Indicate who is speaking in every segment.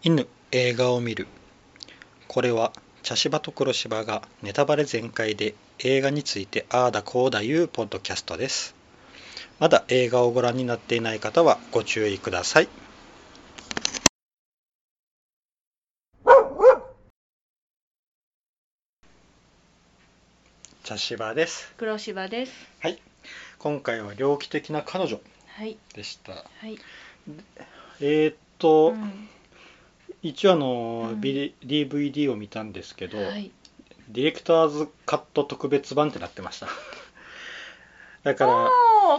Speaker 1: 犬映画を見るこれは茶芝と黒芝がネタバレ全開で映画についてああだこうだいうポッドキャストですまだ映画をご覧になっていない方はご注意ください茶芝です
Speaker 2: 黒芝です。
Speaker 1: はい今回は猟奇的な彼女
Speaker 2: はい
Speaker 1: でした
Speaker 2: はい。
Speaker 1: えー、っと、
Speaker 2: うん
Speaker 1: 一応あの、
Speaker 2: うん
Speaker 1: BD DVD を見たんですけど、
Speaker 2: はい。
Speaker 1: ディレクターズカット特別版ってなってました だから
Speaker 2: あ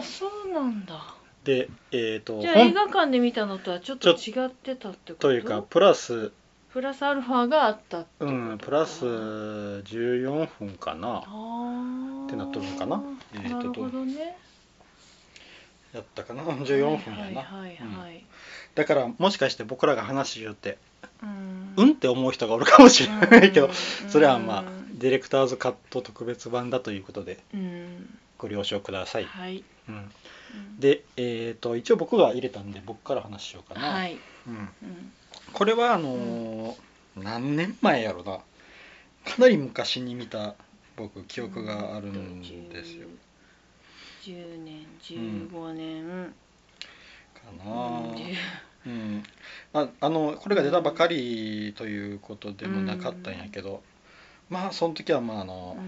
Speaker 2: あ、そうなんだ。
Speaker 1: でえっ、と
Speaker 2: じゃあ
Speaker 1: 本
Speaker 2: 映画館で見たのとはちょっと違ってたってこと。
Speaker 1: というかプラス
Speaker 2: プラスアルファがあったってこと
Speaker 1: う
Speaker 2: か。
Speaker 1: んプラス
Speaker 2: あ
Speaker 1: 14分かな
Speaker 2: あ。
Speaker 1: ってなっとるのかなえー
Speaker 2: な
Speaker 1: と
Speaker 2: る
Speaker 1: どう
Speaker 2: ほどね。
Speaker 1: やったかな14分やな、
Speaker 2: はいはいはい。
Speaker 1: だからもしかして僕らが話しよって
Speaker 2: うん
Speaker 1: うんって思う人がおるかもしれないけど、
Speaker 2: うん
Speaker 1: それはまあ
Speaker 2: うん
Speaker 1: ディレクターズカット特別版だということで
Speaker 2: うん。
Speaker 1: ご了承ください、
Speaker 2: はい。
Speaker 1: うん、
Speaker 2: うん
Speaker 1: でえっ、と一応僕が入れたんで僕から話しようかな、
Speaker 2: はい。
Speaker 1: うん
Speaker 2: うん
Speaker 1: これはあのー何年前やろなかなり昔に見た僕記憶があるんですよ
Speaker 2: 10。10年、15年。
Speaker 1: かな
Speaker 2: うん10
Speaker 1: うんまああのこれが出たばかりということでもなかったんやけど、まあその時はまああの、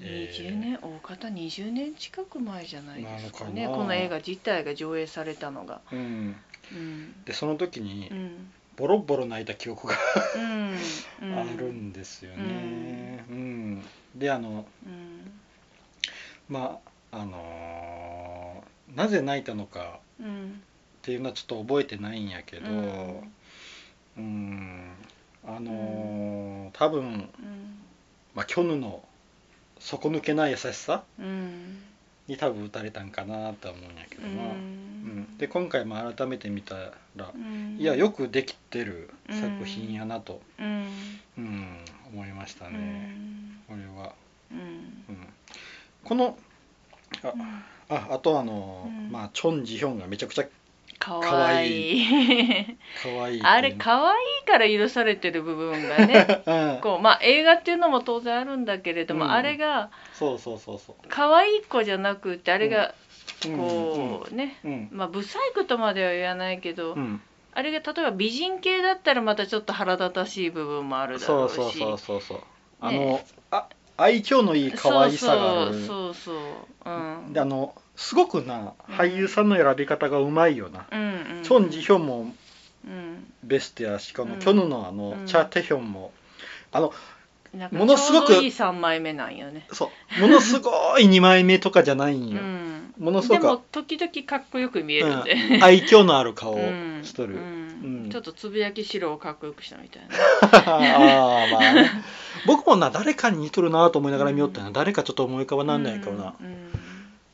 Speaker 1: えー
Speaker 2: 20年大方20年近く前じゃないですか
Speaker 1: な
Speaker 2: ね
Speaker 1: のかな
Speaker 2: この映画自体が上映されたのが
Speaker 1: うん、
Speaker 2: うん
Speaker 1: でその時に
Speaker 2: うん
Speaker 1: ボロボロ泣いた記憶が
Speaker 2: うんうん
Speaker 1: あるんですよね、うんであの
Speaker 2: うん
Speaker 1: まああのーなぜ泣いたのか
Speaker 2: うん
Speaker 1: っていうのはちょっと覚えてないんやけど、
Speaker 2: うん
Speaker 1: うんあのー多分、
Speaker 2: うん
Speaker 1: まあ、キョヌの底抜けない優しさ
Speaker 2: うん
Speaker 1: に多分打たれたんかなとは思うんやけどな、うんで今回も改めて見たら、
Speaker 2: うん
Speaker 1: いやよくできてる作品やなと、
Speaker 2: うん
Speaker 1: うん思いましたね、これは、
Speaker 2: うん
Speaker 1: うん、このあ
Speaker 2: うん
Speaker 1: ああとあのー、
Speaker 2: うん
Speaker 1: まあチョン・ジヒョンがめちゃくちゃ
Speaker 2: かわいい
Speaker 1: 可愛いっていうの
Speaker 2: あれかわいいから許されてる部分 がね
Speaker 1: うん
Speaker 2: こうまあ映画っていうのも当然あるんだけれども、
Speaker 1: うん
Speaker 2: あれが
Speaker 1: そうそうそうそう
Speaker 2: 可愛い子じゃなくってあれが
Speaker 1: うん
Speaker 2: こうね
Speaker 1: うんうん
Speaker 2: まあ不細工とまでは言わないけど、
Speaker 1: うん
Speaker 2: あれが例えば美人系だったらまたちょっと腹立たしい部分もあるだ
Speaker 1: そ
Speaker 2: ろう
Speaker 1: う
Speaker 2: し
Speaker 1: そうそうそうそうあのあ愛嬌のいい可愛さがある
Speaker 2: そうそうそううん
Speaker 1: であのすごくな
Speaker 2: うん
Speaker 1: 俳優さんの選び方がうまいよな、
Speaker 2: うんうん
Speaker 1: チョン・ジヒョンも
Speaker 2: うん
Speaker 1: ベストやしかも、
Speaker 2: うん
Speaker 1: キョヌのあの、
Speaker 2: うん
Speaker 1: チャ・テヒョンもあの
Speaker 2: なんか
Speaker 1: ものすごく
Speaker 2: ちょうどいい三枚目なんよね
Speaker 1: そうものすごい2枚目とかじゃないん
Speaker 2: う
Speaker 1: よ、
Speaker 2: ん
Speaker 1: ものすご
Speaker 2: で
Speaker 1: く、う
Speaker 2: も
Speaker 1: ん、
Speaker 2: 時々かっこよく見えるんで、
Speaker 1: 愛嬌のある顔を
Speaker 2: うん、
Speaker 1: しとる、
Speaker 2: うん
Speaker 1: うん
Speaker 2: ちょっとつぶやき白をかっこよくしたみたいな
Speaker 1: あーまあね僕もな誰かに似とるなと思いながら見よったな、誰かちょっと思い浮かばなんないけどな、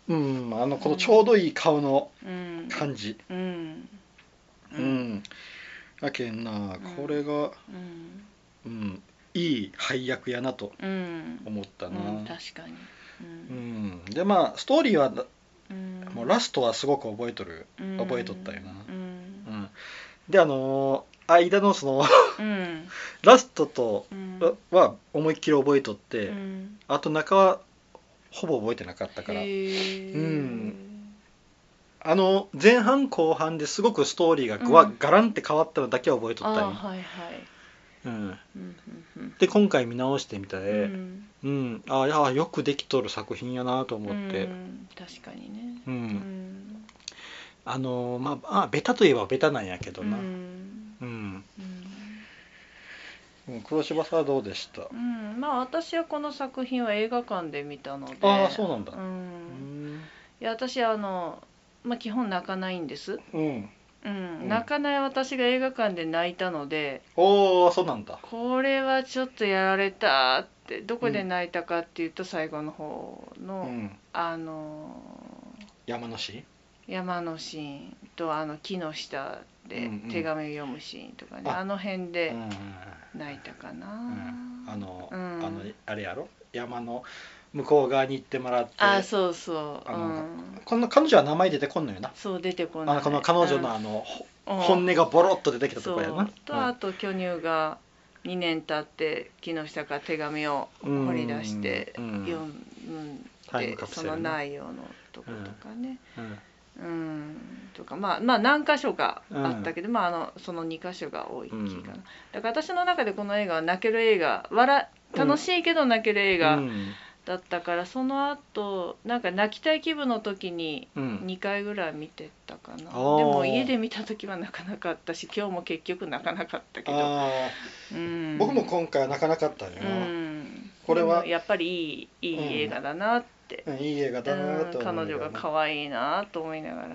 Speaker 2: うん
Speaker 1: うん、あのこのちょうどいい顔の
Speaker 2: うん
Speaker 1: 感じ、
Speaker 2: うん
Speaker 1: うんだけんなこれが、
Speaker 2: うん
Speaker 1: うん、いい配役やなと
Speaker 2: うん
Speaker 1: 思ったな、
Speaker 2: うん、確かに、
Speaker 1: う
Speaker 2: う
Speaker 1: んんでまあストーリーは
Speaker 2: うん
Speaker 1: もうラストはすごく覚えとる、
Speaker 2: うん
Speaker 1: 覚えとったよな
Speaker 2: うん
Speaker 1: うん、であのー間のその
Speaker 2: うん
Speaker 1: ラストと
Speaker 2: うん
Speaker 1: は思いっきり 覚えとって、
Speaker 2: うん
Speaker 1: あと中はほぼ覚えてなかったから
Speaker 2: へー
Speaker 1: うんあの前半後半ですごくストーリーがぐわ、
Speaker 2: うん
Speaker 1: ガランって変わったのだけは覚えと
Speaker 2: あ
Speaker 1: ったん
Speaker 2: あ
Speaker 1: よ
Speaker 2: はいはい
Speaker 1: うん、
Speaker 2: うんうん
Speaker 1: で今回見直してみた
Speaker 2: うん
Speaker 1: で、うんああいやよくできとる作品やなと
Speaker 2: うん
Speaker 1: 思って、
Speaker 2: 確かにね
Speaker 1: うん
Speaker 2: うん
Speaker 1: あのーまあ、あベタといえばベタなんやけどな、
Speaker 2: う
Speaker 1: うん
Speaker 2: ん
Speaker 1: うん黒柴さんはどうでした、
Speaker 2: うんうんまあ私はこの作品は映画館で見たので
Speaker 1: ああそうなんだ
Speaker 2: う
Speaker 1: うんん、
Speaker 2: いや私あのまあ基本泣かないんです
Speaker 1: うん、
Speaker 2: うん泣かない私が映画館で泣いたので
Speaker 1: おおそうなんだ
Speaker 2: これはちょっとやられたってどこで泣いたかっていうと最後の方
Speaker 1: う
Speaker 2: の、
Speaker 1: ん
Speaker 2: あの
Speaker 1: 山梨
Speaker 2: ー山のシーンとあの木の下で
Speaker 1: うんうん
Speaker 2: 手紙を読むシーンとかね、
Speaker 1: あ
Speaker 2: あの辺
Speaker 1: う
Speaker 2: で
Speaker 1: ん
Speaker 2: 泣いたかな、
Speaker 1: うんあの、
Speaker 2: うん
Speaker 1: あのあれやろ山の向こう側に行ってもらって
Speaker 2: あそうそう、
Speaker 1: あ
Speaker 2: う
Speaker 1: の
Speaker 2: ん、
Speaker 1: この彼女は名前出てこんのよな
Speaker 2: そう出てこない
Speaker 1: あのこの彼女の
Speaker 2: うん
Speaker 1: あの、ほ本音がボロッと出てきたと
Speaker 2: そ
Speaker 1: こやな
Speaker 2: うとあと巨乳が2年経って木下から手紙を
Speaker 1: うん
Speaker 2: 掘り出して
Speaker 1: うん
Speaker 2: 読ん
Speaker 1: タイム
Speaker 2: で
Speaker 1: カプセ
Speaker 2: そ
Speaker 1: ルね
Speaker 2: の内容のとことかね
Speaker 1: うん
Speaker 2: うんとかまあまあ何箇所かあったけどまああのその2箇所が多い気かな
Speaker 1: うん
Speaker 2: だから私の中でこの映画は泣ける映画笑楽しいけど泣ける映
Speaker 1: う
Speaker 2: 画
Speaker 1: ん
Speaker 2: だったからその後なんか泣きたい気分の時に
Speaker 1: うん
Speaker 2: 2回ぐらい見てたかなで
Speaker 1: ー
Speaker 2: も家で見た時は泣かなかったし今日も結局泣かなかったけど、
Speaker 1: あ
Speaker 2: うん
Speaker 1: ー僕も今回は泣かなかった
Speaker 2: う
Speaker 1: よ、
Speaker 2: ん、
Speaker 1: これは
Speaker 2: でもやっぱりいいいい映画だなって、
Speaker 1: うんいい映画だなと
Speaker 2: うん
Speaker 1: 思う
Speaker 2: 彼
Speaker 1: よ
Speaker 2: 女
Speaker 1: ね
Speaker 2: が可愛いなと思いながら、
Speaker 1: うん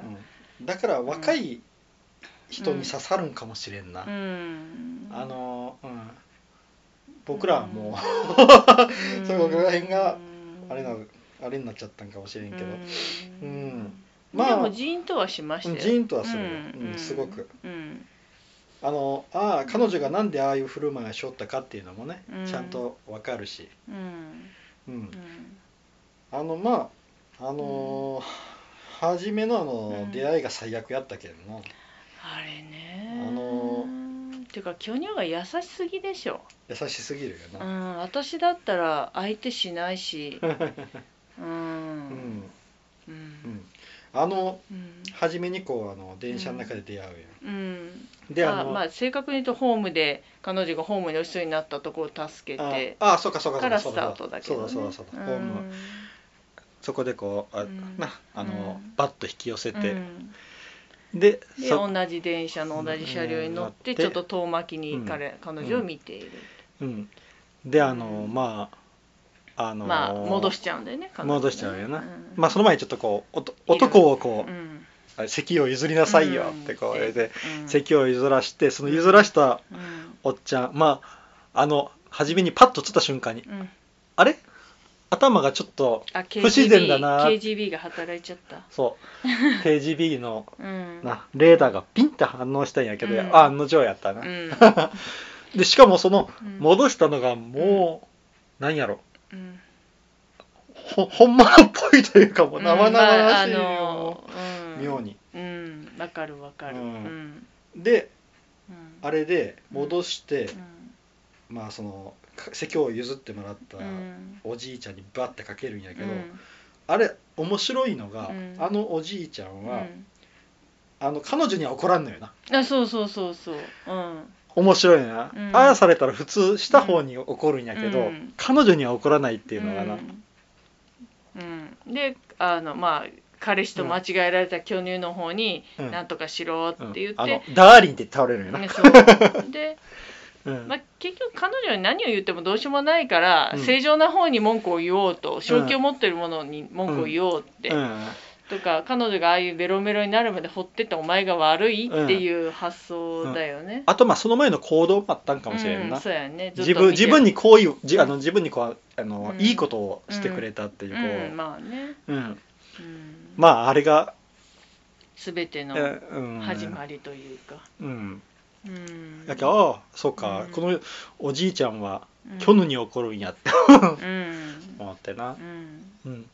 Speaker 1: だから若い人に刺さるんかもしれんな、
Speaker 2: うん
Speaker 1: あのーうん僕らはも
Speaker 2: うん
Speaker 1: そう僕らへんが
Speaker 2: うん
Speaker 1: う あれなあれになっちゃったんかもしれんけど、う
Speaker 2: う
Speaker 1: ん
Speaker 2: ん
Speaker 1: まあ
Speaker 2: でもジーンとはしましたよ
Speaker 1: ジーンとはするようんすごく、
Speaker 2: うん
Speaker 1: あのああ彼女がなんでああいう振る舞いをしょったかっていうのもね、
Speaker 2: うん
Speaker 1: ちゃんとわかるし、
Speaker 2: うんうん
Speaker 1: うん
Speaker 2: うん
Speaker 1: あのまああのー初めのあの
Speaker 2: うん
Speaker 1: 出会いが最悪やったけどな、
Speaker 2: あれね
Speaker 1: あの
Speaker 2: ていうか巨乳が優しすぎでしょ、
Speaker 1: 優しすぎるよ
Speaker 2: う
Speaker 1: な、
Speaker 2: ん、私だったら相手しないし う
Speaker 1: うん
Speaker 2: ん
Speaker 1: う
Speaker 2: う
Speaker 1: んんあの
Speaker 2: うん
Speaker 1: 初めにこうあの電車の中で出会うや
Speaker 2: うん
Speaker 1: ん、であ
Speaker 2: あ
Speaker 1: の
Speaker 2: まあ正確に言うとホームで彼女がホームに落ちそうになったところを助け
Speaker 1: あ
Speaker 2: て
Speaker 1: あそうかそうかそ
Speaker 2: か
Speaker 1: うからそ
Speaker 2: ス
Speaker 1: う
Speaker 2: タ
Speaker 1: だ
Speaker 2: ートだけ
Speaker 1: そう
Speaker 2: ど、
Speaker 1: だ
Speaker 2: ね、
Speaker 1: そうだそうだホーム
Speaker 2: うん
Speaker 1: そこでこうあ、
Speaker 2: うん
Speaker 1: なあの、
Speaker 2: うん
Speaker 1: バッと引き寄せて
Speaker 2: う、ん
Speaker 1: で
Speaker 2: で
Speaker 1: そ
Speaker 2: 同じ電車の同じ車両に乗って
Speaker 1: うん
Speaker 2: ちょっと遠巻きに彼,、彼女を見ている、
Speaker 1: うん、であのまああの
Speaker 2: まあ戻しちゃうんだよね彼女ね
Speaker 1: 戻しちゃうよな、
Speaker 2: ん
Speaker 1: まあその前にちょっとこうおと
Speaker 2: いる
Speaker 1: 男をこ
Speaker 2: う
Speaker 1: うん「あ席を譲りなさいよ」ってこう言って、
Speaker 2: うん
Speaker 1: 席を譲らしてその譲らした
Speaker 2: うん
Speaker 1: おっちゃんまああの初めにパッと映った瞬間に
Speaker 2: うん
Speaker 1: 「あれ頭がちょっと
Speaker 2: あ KGB
Speaker 1: 不自然だな
Speaker 2: KGB が働いちゃった
Speaker 1: そう KGB の
Speaker 2: うん
Speaker 1: なレーダーがピンって反応したんやけど、
Speaker 2: うん
Speaker 1: あ案の定やったな、
Speaker 2: うん
Speaker 1: でしか もその
Speaker 2: うん
Speaker 1: 戻したのがもう、なんやろ
Speaker 2: うん
Speaker 1: ほほんまっぽいというかもう生々しいよ、
Speaker 2: まああのうん
Speaker 1: 妙に
Speaker 2: うんわかるわかる
Speaker 1: う
Speaker 2: うんんうん
Speaker 1: であれで戻して、
Speaker 2: うん
Speaker 1: まあそのか席を譲ってもらった
Speaker 2: うん
Speaker 1: おじいちゃんにバッてかけるんやけど、
Speaker 2: うん
Speaker 1: あれ面白いのが、
Speaker 2: うん
Speaker 1: あのおじいちゃんは、
Speaker 2: うん
Speaker 1: あの彼女には怒らんのよな
Speaker 2: あそうそうそうそううん
Speaker 1: 面白いな、
Speaker 2: うん
Speaker 1: ああされたら普通した方に怒るんやけど、
Speaker 2: うん
Speaker 1: 彼女には怒らないっていうのがな、
Speaker 2: うんうん、であのまあ彼氏と間違えられた巨乳の方に「
Speaker 1: うん
Speaker 2: なんとかしろ」って言って、
Speaker 1: あのダーリンって倒れるんやな、
Speaker 2: ねそうで、
Speaker 1: うん
Speaker 2: まあ、結局彼女に何を言ってもどうしようもないから、
Speaker 1: うん
Speaker 2: 正常な方に文句を言おうと正気を持ってるものに文句を言おうって、
Speaker 1: うん
Speaker 2: とか彼女がああいうベロベロになるまで放ってったお前が悪いっていう発想だよね。
Speaker 1: あとまあその前の行動もあったんか
Speaker 2: うん
Speaker 1: もしれんな、
Speaker 2: そうやねずっ
Speaker 1: 自
Speaker 2: と
Speaker 1: 分
Speaker 2: 見て
Speaker 1: 自分に好意をじあの自分にこうあの、
Speaker 2: うん
Speaker 1: いいことをしてくれたっていうこ
Speaker 2: うん、
Speaker 1: う、
Speaker 2: まあね、
Speaker 1: うん
Speaker 2: うん
Speaker 1: まああれが、
Speaker 2: 全ての
Speaker 1: えうん、
Speaker 2: 始まりというか。
Speaker 1: うん
Speaker 2: うん
Speaker 1: だけどああそうか、
Speaker 2: うん
Speaker 1: このおじいちゃんは
Speaker 2: うん
Speaker 1: 虚無に怒るんやって
Speaker 2: うん
Speaker 1: 思ってな
Speaker 2: う、ん
Speaker 1: うん、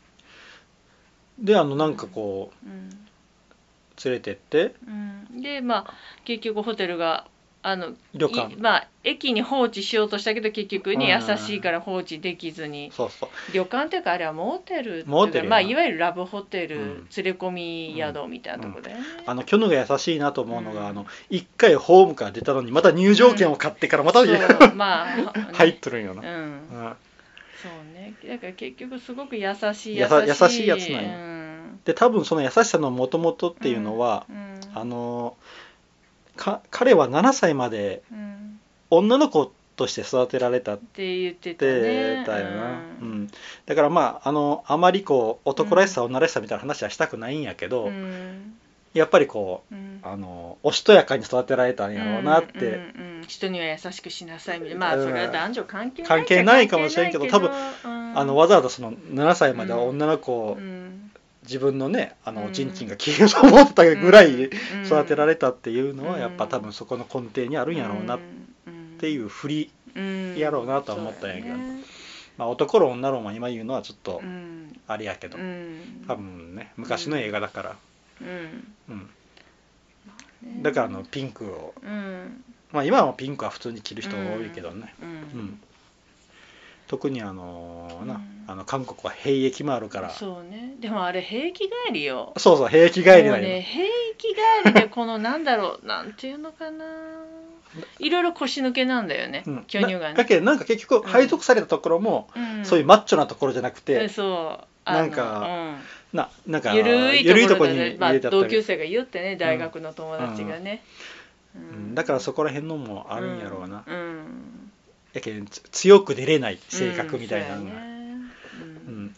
Speaker 1: であのなんかこ
Speaker 2: うん
Speaker 1: う連れてって
Speaker 2: うんでまあ結局ホテルがあの
Speaker 1: 旅館
Speaker 2: いまあ駅に放置しようとしたけど結局ね
Speaker 1: うん
Speaker 2: 優しいから放置できずに
Speaker 1: そうそう
Speaker 2: 旅館というかあれはモーテルっていうか
Speaker 1: モーテルやな
Speaker 2: まあいわゆるラブホテル、
Speaker 1: うん
Speaker 2: 連れ込み宿みたいなとこだよね、
Speaker 1: あの虚無が優しいなと思うのが、
Speaker 2: うん
Speaker 1: あの一回ホームから出たのにまた入場券を買ってからまた、
Speaker 2: そうまあ
Speaker 1: 入っとるんよな、
Speaker 2: ねうん
Speaker 1: うん
Speaker 2: そうねだから結局すごく優しい
Speaker 1: やさ優しいやつなんや
Speaker 2: うん
Speaker 1: で多分その優しさのもともとっていうのは、
Speaker 2: うん
Speaker 1: あのか彼は7歳まで
Speaker 2: うん
Speaker 1: 女の子として育てられたっ
Speaker 2: って言ってた
Speaker 1: て
Speaker 2: ね
Speaker 1: たよな、う
Speaker 2: うん
Speaker 1: んだからまああのあまりこう男らしさ女らしさみたいな話はしたくないんやけど、
Speaker 2: うん
Speaker 1: やっぱりこう
Speaker 2: うん
Speaker 1: あのおしとやかに育てられたんやろうなって、
Speaker 2: うんうんうん人には優しくしなさいみたいなまあ
Speaker 1: うん
Speaker 2: それは男女関係ない
Speaker 1: 関係ないかもしれんけど
Speaker 2: 関係ないけどうん
Speaker 1: あのわざわざその7歳までは女の子を、
Speaker 2: うん
Speaker 1: 自分のねあの
Speaker 2: うん
Speaker 1: 人賃が消えると思ってたぐらい
Speaker 2: うん
Speaker 1: 育てられたっていうのは
Speaker 2: うん
Speaker 1: やっぱ多分そこの根底にあるんやろうなっ
Speaker 2: って
Speaker 1: いう振り、
Speaker 2: う
Speaker 1: やろうなとは思ったんやけど
Speaker 2: そうだね
Speaker 1: まあ、男ろ女ろも今言うのはちょっと
Speaker 2: うん
Speaker 1: あれやけど、
Speaker 2: うん
Speaker 1: 多分ね昔の映画だから、
Speaker 2: うん
Speaker 1: うん
Speaker 2: ね
Speaker 1: だからあのピンクを
Speaker 2: うん
Speaker 1: まあ今はピンクは普通に着る人が多いけどね、
Speaker 2: う
Speaker 1: うん
Speaker 2: ん
Speaker 1: 特にあのーな、
Speaker 2: うん
Speaker 1: あの韓国は兵役もあるからそう
Speaker 2: そうねでもあれ平気帰りよ
Speaker 1: そう兵役帰り
Speaker 2: もう
Speaker 1: だよ、
Speaker 2: ね平気帰りでこのなんだろうなんていうのかないろいろ腰抜けなんだよね、
Speaker 1: うん
Speaker 2: 巨乳が
Speaker 1: なだ
Speaker 2: ね、
Speaker 1: けどなんか結局配属されたところも、
Speaker 2: うん
Speaker 1: そういうマッチョなところじゃなくて、
Speaker 2: うんそう
Speaker 1: なんか、ななん
Speaker 2: あ
Speaker 1: か
Speaker 2: のうん、ゆるい
Speaker 1: ゆるいと
Speaker 2: とこ
Speaker 1: こ
Speaker 2: ろ
Speaker 1: に
Speaker 2: で、
Speaker 1: 入
Speaker 2: まあ、
Speaker 1: れてあった
Speaker 2: 同級
Speaker 1: り、
Speaker 2: 生が言ってね大学の友達がね、う
Speaker 1: うんだからそこら辺のもあるんやろうな、
Speaker 2: うんうん
Speaker 1: やけんつ強く出れない性格みたいなのが、
Speaker 2: うんそうやね
Speaker 1: う
Speaker 2: うん
Speaker 1: ん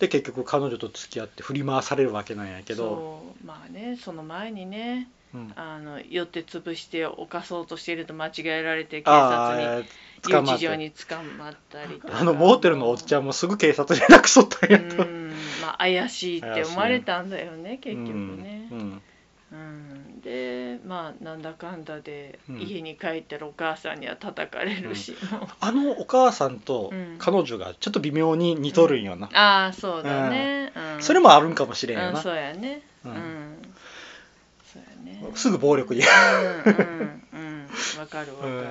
Speaker 1: で結局彼女と付き合って振り回されるわけなんやけど
Speaker 2: そうまあねその前にね
Speaker 1: うん
Speaker 2: あの寄って潰して犯そうとしていると間違えられて警察
Speaker 1: あー
Speaker 2: に
Speaker 1: 捕
Speaker 2: 留
Speaker 1: まっ
Speaker 2: 置場
Speaker 1: て
Speaker 2: に捕まったりとか
Speaker 1: あのモーテルのおっちゃんもすぐ警察連絡しとったんやと、
Speaker 2: うんまあ怪しいって思われたんだよね結局ね、
Speaker 1: うんうん
Speaker 2: うんでまあなんだかんだで、
Speaker 1: うん
Speaker 2: 家に帰ったらお母さんには叩かれるし、 もう
Speaker 1: あのお母さんと
Speaker 2: うん
Speaker 1: 彼女がちょっと微妙に似とるんよな、
Speaker 2: ああそうだね、うん
Speaker 1: それもあるんかもしれんよ
Speaker 2: うん、
Speaker 1: な、
Speaker 2: そうやね
Speaker 1: う
Speaker 2: うんん、そうやね
Speaker 1: すぐ暴力言
Speaker 2: うんうんうんわかるわかる、うん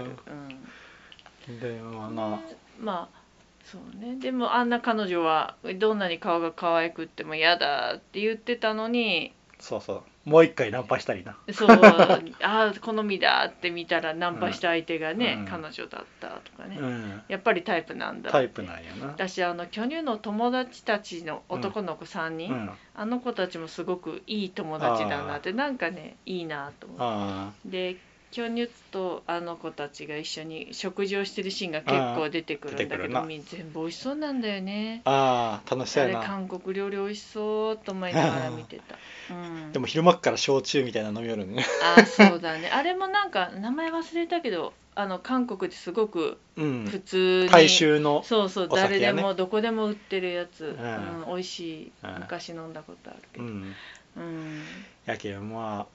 Speaker 1: うでまあな
Speaker 2: まあそうねでもあんな彼女はどんなに顔が可愛くっても嫌だって言ってたのに
Speaker 1: そうそうもう一回ナンパしたりな
Speaker 2: そうああ好みだって見たらナンパした相手がね、
Speaker 1: うん
Speaker 2: 彼女だったとかね、
Speaker 1: うん
Speaker 2: やっぱりタイプなんだ
Speaker 1: タイプなんやな
Speaker 2: 私あの巨乳の友達たちの男の子3人、
Speaker 1: うんあ
Speaker 2: あの子たちもすごくいい友達だなってなんかねいいなと思って
Speaker 1: あ
Speaker 2: で巨乳とあの子たちが一緒に食事をしてるシーンが結構出てくるんだ
Speaker 1: 出て
Speaker 2: け
Speaker 1: くるな
Speaker 2: どみん全部美味しそうなんだよね
Speaker 1: ああ楽し
Speaker 2: あ
Speaker 1: そう
Speaker 2: れ
Speaker 1: やな
Speaker 2: 韓国料理美味しそうと思いながら見て た、うん、
Speaker 1: でも昼間っから焼酎みたいなの飲みよる ね
Speaker 2: あそうだねあれもなんか名前忘れたけどあの韓国ですごく
Speaker 1: う
Speaker 2: 普
Speaker 1: ん
Speaker 2: 通に、
Speaker 1: 大衆の
Speaker 2: そうそう、
Speaker 1: お酒
Speaker 2: 誰
Speaker 1: やね
Speaker 2: でもどこでも売ってるや
Speaker 1: ん
Speaker 2: つ、うん美味しい
Speaker 1: うん
Speaker 2: 昔飲んだことあるけ
Speaker 1: う
Speaker 2: ど、
Speaker 1: ん
Speaker 2: うん
Speaker 1: やけんま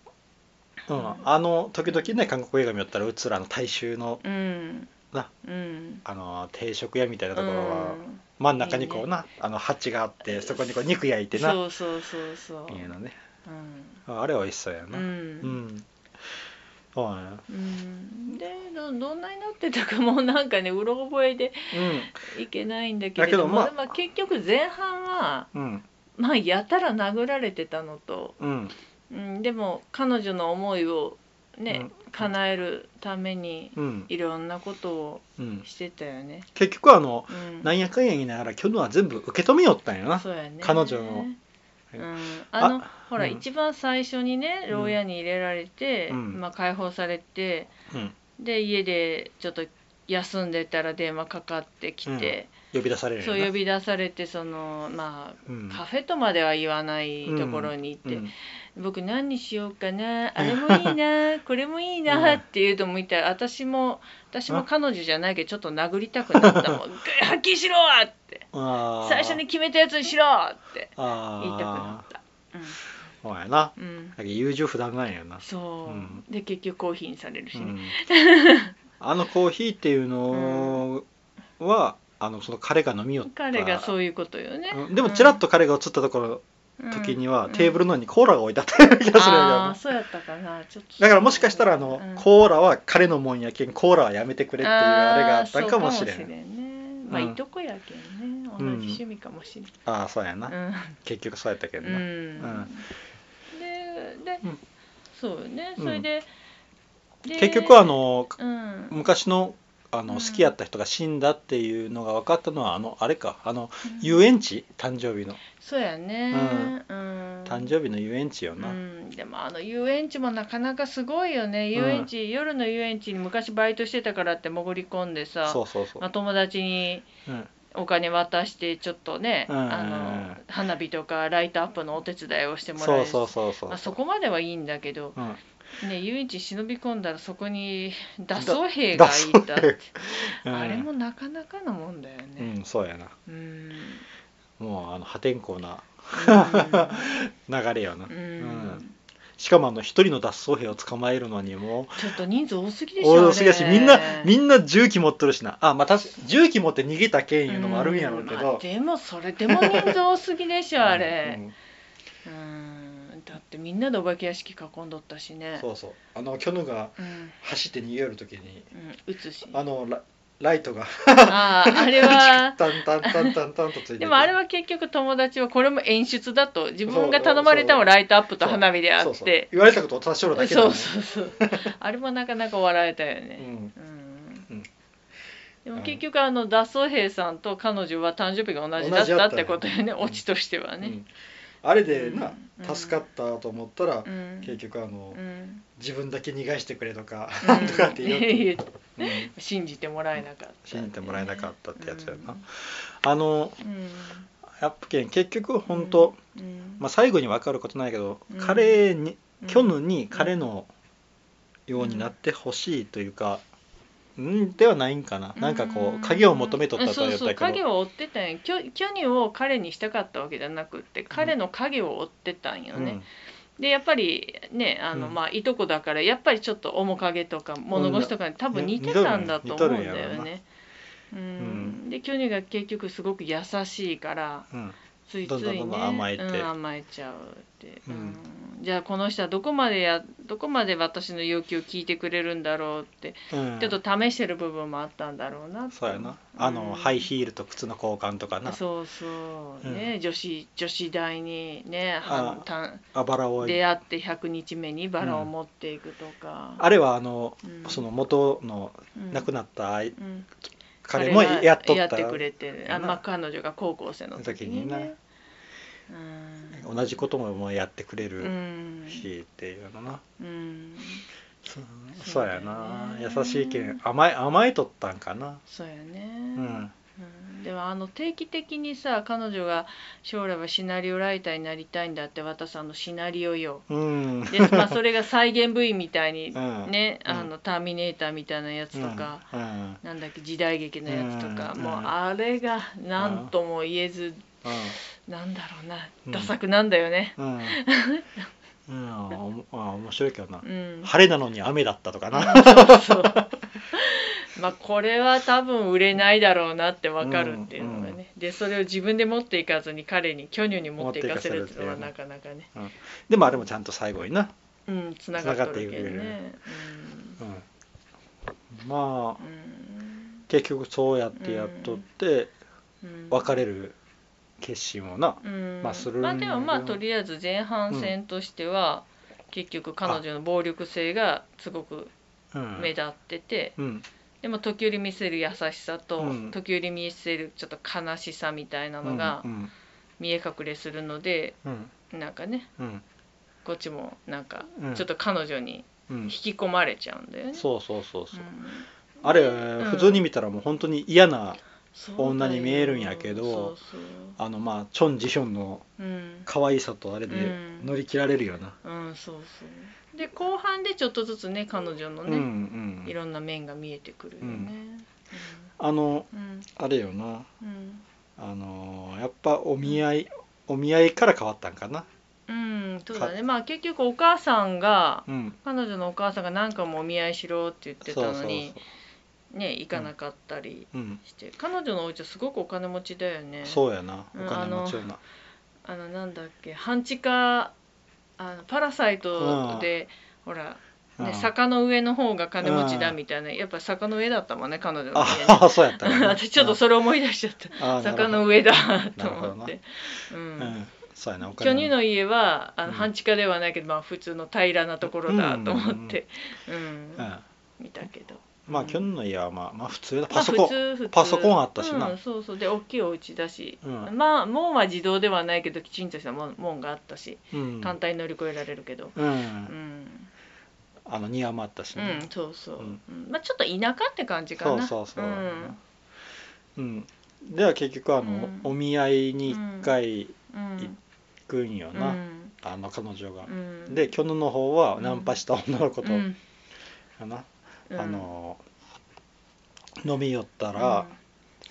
Speaker 1: あ、うん
Speaker 2: うん
Speaker 1: あの時々ね韓国映画見よったらうつらの大衆の
Speaker 2: うん
Speaker 1: な
Speaker 2: うん
Speaker 1: あの定食屋みたいなところは、
Speaker 2: うん
Speaker 1: 真ん中にこうなあの鉢があってそこにこう肉焼いてな
Speaker 2: そうそうそうそう
Speaker 1: いいのね
Speaker 2: う
Speaker 1: ああれは美味しそうやな、うん
Speaker 2: ん、
Speaker 1: そうやな
Speaker 2: うんでどどんなになってたかもうなんかねうろ覚えでいけないんだけれども
Speaker 1: だけどま
Speaker 2: まあ、結局前半は、
Speaker 1: うんうん
Speaker 2: まあ、やたら殴られてたのと、
Speaker 1: うん
Speaker 2: うん、でも彼女の思いをね、
Speaker 1: うん
Speaker 2: 叶えるために
Speaker 1: うん
Speaker 2: いろんなことを
Speaker 1: うん
Speaker 2: してたよね。
Speaker 1: 結局あの
Speaker 2: うん、
Speaker 1: なんやかんや言いながら去年は全部受け止めよったんやな
Speaker 2: そうやね
Speaker 1: 彼女の
Speaker 2: うん、あのほ
Speaker 1: う
Speaker 2: ら、
Speaker 1: ん
Speaker 2: 一番最初にね牢屋に入れられて、
Speaker 1: うん
Speaker 2: まあ、解放されて、
Speaker 1: うん、
Speaker 2: で家でちょっと休んでたら電話かかってきて、
Speaker 1: 呼び出される
Speaker 2: そう呼
Speaker 1: び
Speaker 2: び出されてそのまあ
Speaker 1: うん
Speaker 2: カフェとまでは言わないところに行って、
Speaker 1: うん
Speaker 2: 僕何にしようかなあれもいいなこれもいいなっていうのもいたら私も私も彼女じゃないけどちょっと殴りたくなったもんぐはっきりしろって
Speaker 1: あー
Speaker 2: 最初に決めたやつにしろって
Speaker 1: あ
Speaker 2: 言いたくなった。
Speaker 1: あそうやな
Speaker 2: うんうん
Speaker 1: だけど優柔不断なんやな、
Speaker 2: そう、
Speaker 1: うん
Speaker 2: で結局コーヒーにされるし
Speaker 1: う
Speaker 2: ね、
Speaker 1: ん、あのコーヒーっていうのは、あのその彼が飲みよった
Speaker 2: 彼がそういうことよね、
Speaker 1: うんでもちらっと彼が映ったところ、
Speaker 2: うん
Speaker 1: 時には、
Speaker 2: うん
Speaker 1: テーブルの上にコーラが置いてあったような 気がするんやけど
Speaker 2: ああー
Speaker 1: な
Speaker 2: そうやったかなちょっと
Speaker 1: だからもしかしたらあの、
Speaker 2: うん
Speaker 1: コーラは彼のもんやけんコーラはやめてくれっていうあれがあったんかもしれ
Speaker 2: あー
Speaker 1: んあ
Speaker 2: そうかもしねまあ、
Speaker 1: うん
Speaker 2: いとこやけんね同じ
Speaker 1: うん
Speaker 2: 趣味かもしれない、
Speaker 1: あーそうやな、
Speaker 2: うん
Speaker 1: 結局そうやったけど
Speaker 2: うん
Speaker 1: な、ん
Speaker 2: でで、
Speaker 1: うん
Speaker 2: そうよね
Speaker 1: うん
Speaker 2: それで,で、
Speaker 1: 結局あの
Speaker 2: うん、
Speaker 1: 昔のあの
Speaker 2: うん
Speaker 1: 好きやった人が死んだっていうのが分かったのはあのあれかあの遊園地誕生日の
Speaker 2: そうやね、うん
Speaker 1: 誕生日の遊園地よな、
Speaker 2: うん、でもあの遊園地もなかなかすごいよね遊園地、夜の遊園地に昔バイトしてたからって潜り込んでさ
Speaker 1: そうそうそう、
Speaker 2: まあ、友達に
Speaker 1: うん
Speaker 2: お金渡してちょっとね、
Speaker 1: うん
Speaker 2: あの花火とかライトアップのお手伝いをしてもらえ
Speaker 1: そう
Speaker 2: る
Speaker 1: そうそうそう、
Speaker 2: まあ、そこまではいいんだけど、
Speaker 1: うん、
Speaker 2: ね、遊園地忍び込んだらそこに脱走兵がいたって、
Speaker 1: うん
Speaker 2: あれもなかなかのもんだよ
Speaker 1: う
Speaker 2: ね。
Speaker 1: んそうやな
Speaker 2: うん うん
Speaker 1: もうあの破天荒な流れやな、
Speaker 2: うん
Speaker 1: うんしかもあの一人の脱走兵を捕まえるのにも
Speaker 2: ちょっと人数多すぎでしょ
Speaker 1: 大助やしみんなみ
Speaker 2: なん
Speaker 1: な銃器持っとるしなあまた銃器持って逃げた件いうのもあるんやろうけ
Speaker 2: まあ
Speaker 1: ど、
Speaker 2: でもそれでも人数多すぎでしょあれ、
Speaker 1: うん
Speaker 2: うんだっってみんなでお化け屋敷囲んどったしね
Speaker 1: そうそうあのキョヌが
Speaker 2: うん
Speaker 1: 走って逃げよる時に
Speaker 2: うん打つし
Speaker 1: あのラライトが
Speaker 2: あーあ れは
Speaker 1: タンタンタンタンタンとついてて
Speaker 2: でもあれは結局友達はこれも演出だと自分が頼まれたのはライトアップと花火であ
Speaker 1: そ
Speaker 2: っ
Speaker 1: うそう
Speaker 2: て
Speaker 1: 言われたことをただしょるだけだ
Speaker 2: そ
Speaker 1: ね
Speaker 2: うそうそうあれもなかなか笑えたよ
Speaker 1: う
Speaker 2: ね
Speaker 1: ん
Speaker 2: うん
Speaker 1: うん
Speaker 2: で
Speaker 1: う
Speaker 2: も
Speaker 1: ん
Speaker 2: 結局あの脱走兵さんと彼女は誕生日が同じ
Speaker 1: 同
Speaker 2: だっ
Speaker 1: じだ
Speaker 2: た
Speaker 1: っ
Speaker 2: った
Speaker 1: よ
Speaker 2: てことよね
Speaker 1: うん
Speaker 2: オチとしては
Speaker 1: う
Speaker 2: ね
Speaker 1: んあれでな
Speaker 2: うん
Speaker 1: 助かったと思ったら
Speaker 2: うん
Speaker 1: 結局あの
Speaker 2: うん
Speaker 1: 自分だけ逃がしてくれとか
Speaker 2: うん
Speaker 1: なんとかって言うてうん
Speaker 2: 信じてもらえなかった
Speaker 1: 信じてもらえなかったってやつやなあの
Speaker 2: うん
Speaker 1: やっぱけん結局本当
Speaker 2: うん
Speaker 1: まあ最後に分かることないけど
Speaker 2: うん
Speaker 1: 彼に
Speaker 2: うん
Speaker 1: キョヌに彼のようになってほしいというか、うん、ではないんかな、なんかこう影を求めとったとは
Speaker 2: うん
Speaker 1: 言っ
Speaker 2: そうそ
Speaker 1: た
Speaker 2: う
Speaker 1: け
Speaker 2: 影
Speaker 1: ど
Speaker 2: を追ってたんやキョキョニを彼にしたかったわけじゃなくって彼の影を追ってたんよ
Speaker 1: う
Speaker 2: ね
Speaker 1: ん、
Speaker 2: でやっぱりねあの、
Speaker 1: うん
Speaker 2: まあいとこだからやっぱりちょっと面影とか物腰とかに多分似てたんだと思うん
Speaker 1: 似とる
Speaker 2: だ
Speaker 1: んやろ
Speaker 2: よ
Speaker 1: な
Speaker 2: ね。うん、でキョニが結局すごく優しいから
Speaker 1: うん
Speaker 2: ついつ
Speaker 1: どんどん
Speaker 2: い
Speaker 1: どんど
Speaker 2: ね
Speaker 1: ん甘えて
Speaker 2: うん、甘えちゃうって、
Speaker 1: う
Speaker 2: うんんじゃあこの人はどこまでやどこまで私の要求を聞いてくれるんだろうって
Speaker 1: うん
Speaker 2: ちょっと試してる部分もあったんだろうなって
Speaker 1: そうやなあの、
Speaker 2: うん
Speaker 1: ハイヒールと靴の交換とかな
Speaker 2: そうそ
Speaker 1: う
Speaker 2: う
Speaker 1: ん
Speaker 2: ね、女子女子大にね
Speaker 1: あ
Speaker 2: はたん
Speaker 1: あばらを
Speaker 2: 出会って100日目にバラを持っていくとか、
Speaker 1: あれはあの、
Speaker 2: うん
Speaker 1: その元の亡く
Speaker 2: な
Speaker 1: なったあい
Speaker 2: うん、
Speaker 1: 彼もやっとった
Speaker 2: 彼がやってくれてるあ、まあ、彼女が高校生の時に,、
Speaker 1: 時
Speaker 2: ね
Speaker 1: に
Speaker 2: うん、
Speaker 1: 同じことももうやってくれ
Speaker 2: う
Speaker 1: る
Speaker 2: ん
Speaker 1: しっていうのな、
Speaker 2: うん、
Speaker 1: そ
Speaker 2: そ
Speaker 1: そうう
Speaker 2: だ
Speaker 1: や
Speaker 2: よね
Speaker 1: な優しいけん甘え甘えとったんかな
Speaker 2: そうやね、
Speaker 1: うん
Speaker 2: うんでもあの定期的にさ彼女が将来はシナリオライターになりたいんだって渡すあのシナリオよ
Speaker 1: うん、
Speaker 2: で、まあ、それが再現部位みたいに
Speaker 1: うん
Speaker 2: ね、
Speaker 1: うん
Speaker 2: あのターミネーターみたいなやつとか、
Speaker 1: うんうん
Speaker 2: なんだっけ時代劇のやつとか、
Speaker 1: うん
Speaker 2: もう
Speaker 1: うん
Speaker 2: あれが何とも言えず、
Speaker 1: う
Speaker 2: なんだろうな
Speaker 1: うん
Speaker 2: ダサくなんだよね。
Speaker 1: ん、うん、うん、おもあ面白いけどな
Speaker 2: う。ん、
Speaker 1: 晴れなのに雨だったとかな。
Speaker 2: そうそう まあこれは多分売れないだろうなって分かるっていうのがね、
Speaker 1: うんう
Speaker 2: でそれを自分で持っていかずに彼に巨乳に持っていかせるっていうのは
Speaker 1: 持っ
Speaker 2: な
Speaker 1: て
Speaker 2: かなかね
Speaker 1: でもあれもちゃんと最後にな。
Speaker 2: うんつながっとるけ
Speaker 1: 繋
Speaker 2: ど
Speaker 1: がっ
Speaker 2: ね
Speaker 1: うん、ま
Speaker 2: う
Speaker 1: あ
Speaker 2: ん
Speaker 1: 結局そうやってやっとって
Speaker 2: うん
Speaker 1: 別れる決心をな。
Speaker 2: うん
Speaker 1: まあするん
Speaker 2: まあでもまあとりあえず前半戦としては、結局彼女の暴力性がすごく
Speaker 1: うん。
Speaker 2: 目立ってて、
Speaker 1: うん。
Speaker 2: でも時折見せる優しさと、
Speaker 1: うん
Speaker 2: 時折見せるちょっと悲しさみたいなのが
Speaker 1: うん
Speaker 2: 見え隠れするので、
Speaker 1: うん
Speaker 2: なんかね
Speaker 1: うん
Speaker 2: こっちもなんか
Speaker 1: うん
Speaker 2: ちょっと彼女に
Speaker 1: う
Speaker 2: 引
Speaker 1: ん。
Speaker 2: き込まれちゃうんだよね。
Speaker 1: そうそうそうそうう。
Speaker 2: ん
Speaker 1: あれ
Speaker 2: ん
Speaker 1: 普通に見たらもう本当に嫌な
Speaker 2: そう
Speaker 1: 女に見えるんやけど
Speaker 2: そう
Speaker 1: あのまあチョンジヒョンの
Speaker 2: そううん
Speaker 1: 可愛さとあれで
Speaker 2: うん
Speaker 1: 乗り切られるよな。
Speaker 2: うんそうそうで後半でちょっとずつね彼女の
Speaker 1: うんうん
Speaker 2: ね、い。ろんな面が見えてくるよね。
Speaker 1: あの
Speaker 2: うん
Speaker 1: あれよな。
Speaker 2: うん
Speaker 1: あのーやっぱお見合いお見合いから変わったんかな
Speaker 2: うん、うん、そうだねまあ結局お母さんが
Speaker 1: うん
Speaker 2: 彼女のお母さんが何かもお見合いしろって言ってたのに
Speaker 1: そう
Speaker 2: ね行かなかったり
Speaker 1: そううん
Speaker 2: して、彼女のお家はすごくお金持ちだよね。
Speaker 1: そうやな
Speaker 2: うん
Speaker 1: お金持ちよな
Speaker 2: あのなんだっけ半地下あのパラサイトで、ほら、
Speaker 1: う
Speaker 2: ね、
Speaker 1: ん
Speaker 2: 坂の上の方が金持ちだ
Speaker 1: うん
Speaker 2: みたいな、やっぱ坂の上だったもんね彼女の家ね
Speaker 1: あそうやったかな
Speaker 2: 私ちょっとそれ思い出しちゃっ
Speaker 1: あ
Speaker 2: た
Speaker 1: ーなる
Speaker 2: 坂
Speaker 1: ほど
Speaker 2: の上だと
Speaker 1: なるほ
Speaker 2: 思
Speaker 1: ど
Speaker 2: っ
Speaker 1: な
Speaker 2: て、う、
Speaker 1: うんんそうやなお
Speaker 2: 巨乳
Speaker 1: 金持ち
Speaker 2: の家はあ
Speaker 1: うん
Speaker 2: の半地下ではないけど、まあ、普通の平らなところだと思って、うん
Speaker 1: うん
Speaker 2: 見たけど
Speaker 1: まあ
Speaker 2: うん
Speaker 1: 巨乳の家はまあまあ普通だ
Speaker 2: まあ
Speaker 1: パソコン
Speaker 2: 普通普通
Speaker 1: パソコンあったしな
Speaker 2: うん、そうそうで大きいお家だし、
Speaker 1: うん
Speaker 2: まあ門は自動ではないけどきちんとした門門があったし
Speaker 1: うん
Speaker 2: 簡単に乗り越えられるけど、
Speaker 1: うん
Speaker 2: うん、
Speaker 1: あの庭もあったし
Speaker 2: う
Speaker 1: ね
Speaker 2: ん、そうそう、
Speaker 1: うん
Speaker 2: うんまあちょっと田舎って感じか
Speaker 1: そ
Speaker 2: な
Speaker 1: うそうそう
Speaker 2: うん
Speaker 1: うんでは結局あ
Speaker 2: う
Speaker 1: の
Speaker 2: ん
Speaker 1: お見合いに一回行
Speaker 2: うん
Speaker 1: いくんよ
Speaker 2: う
Speaker 1: なんあの彼女が
Speaker 2: うん
Speaker 1: で巨乳の方はナンパした女の子と
Speaker 2: うん
Speaker 1: かな
Speaker 2: うん
Speaker 1: あの飲み寄ったら、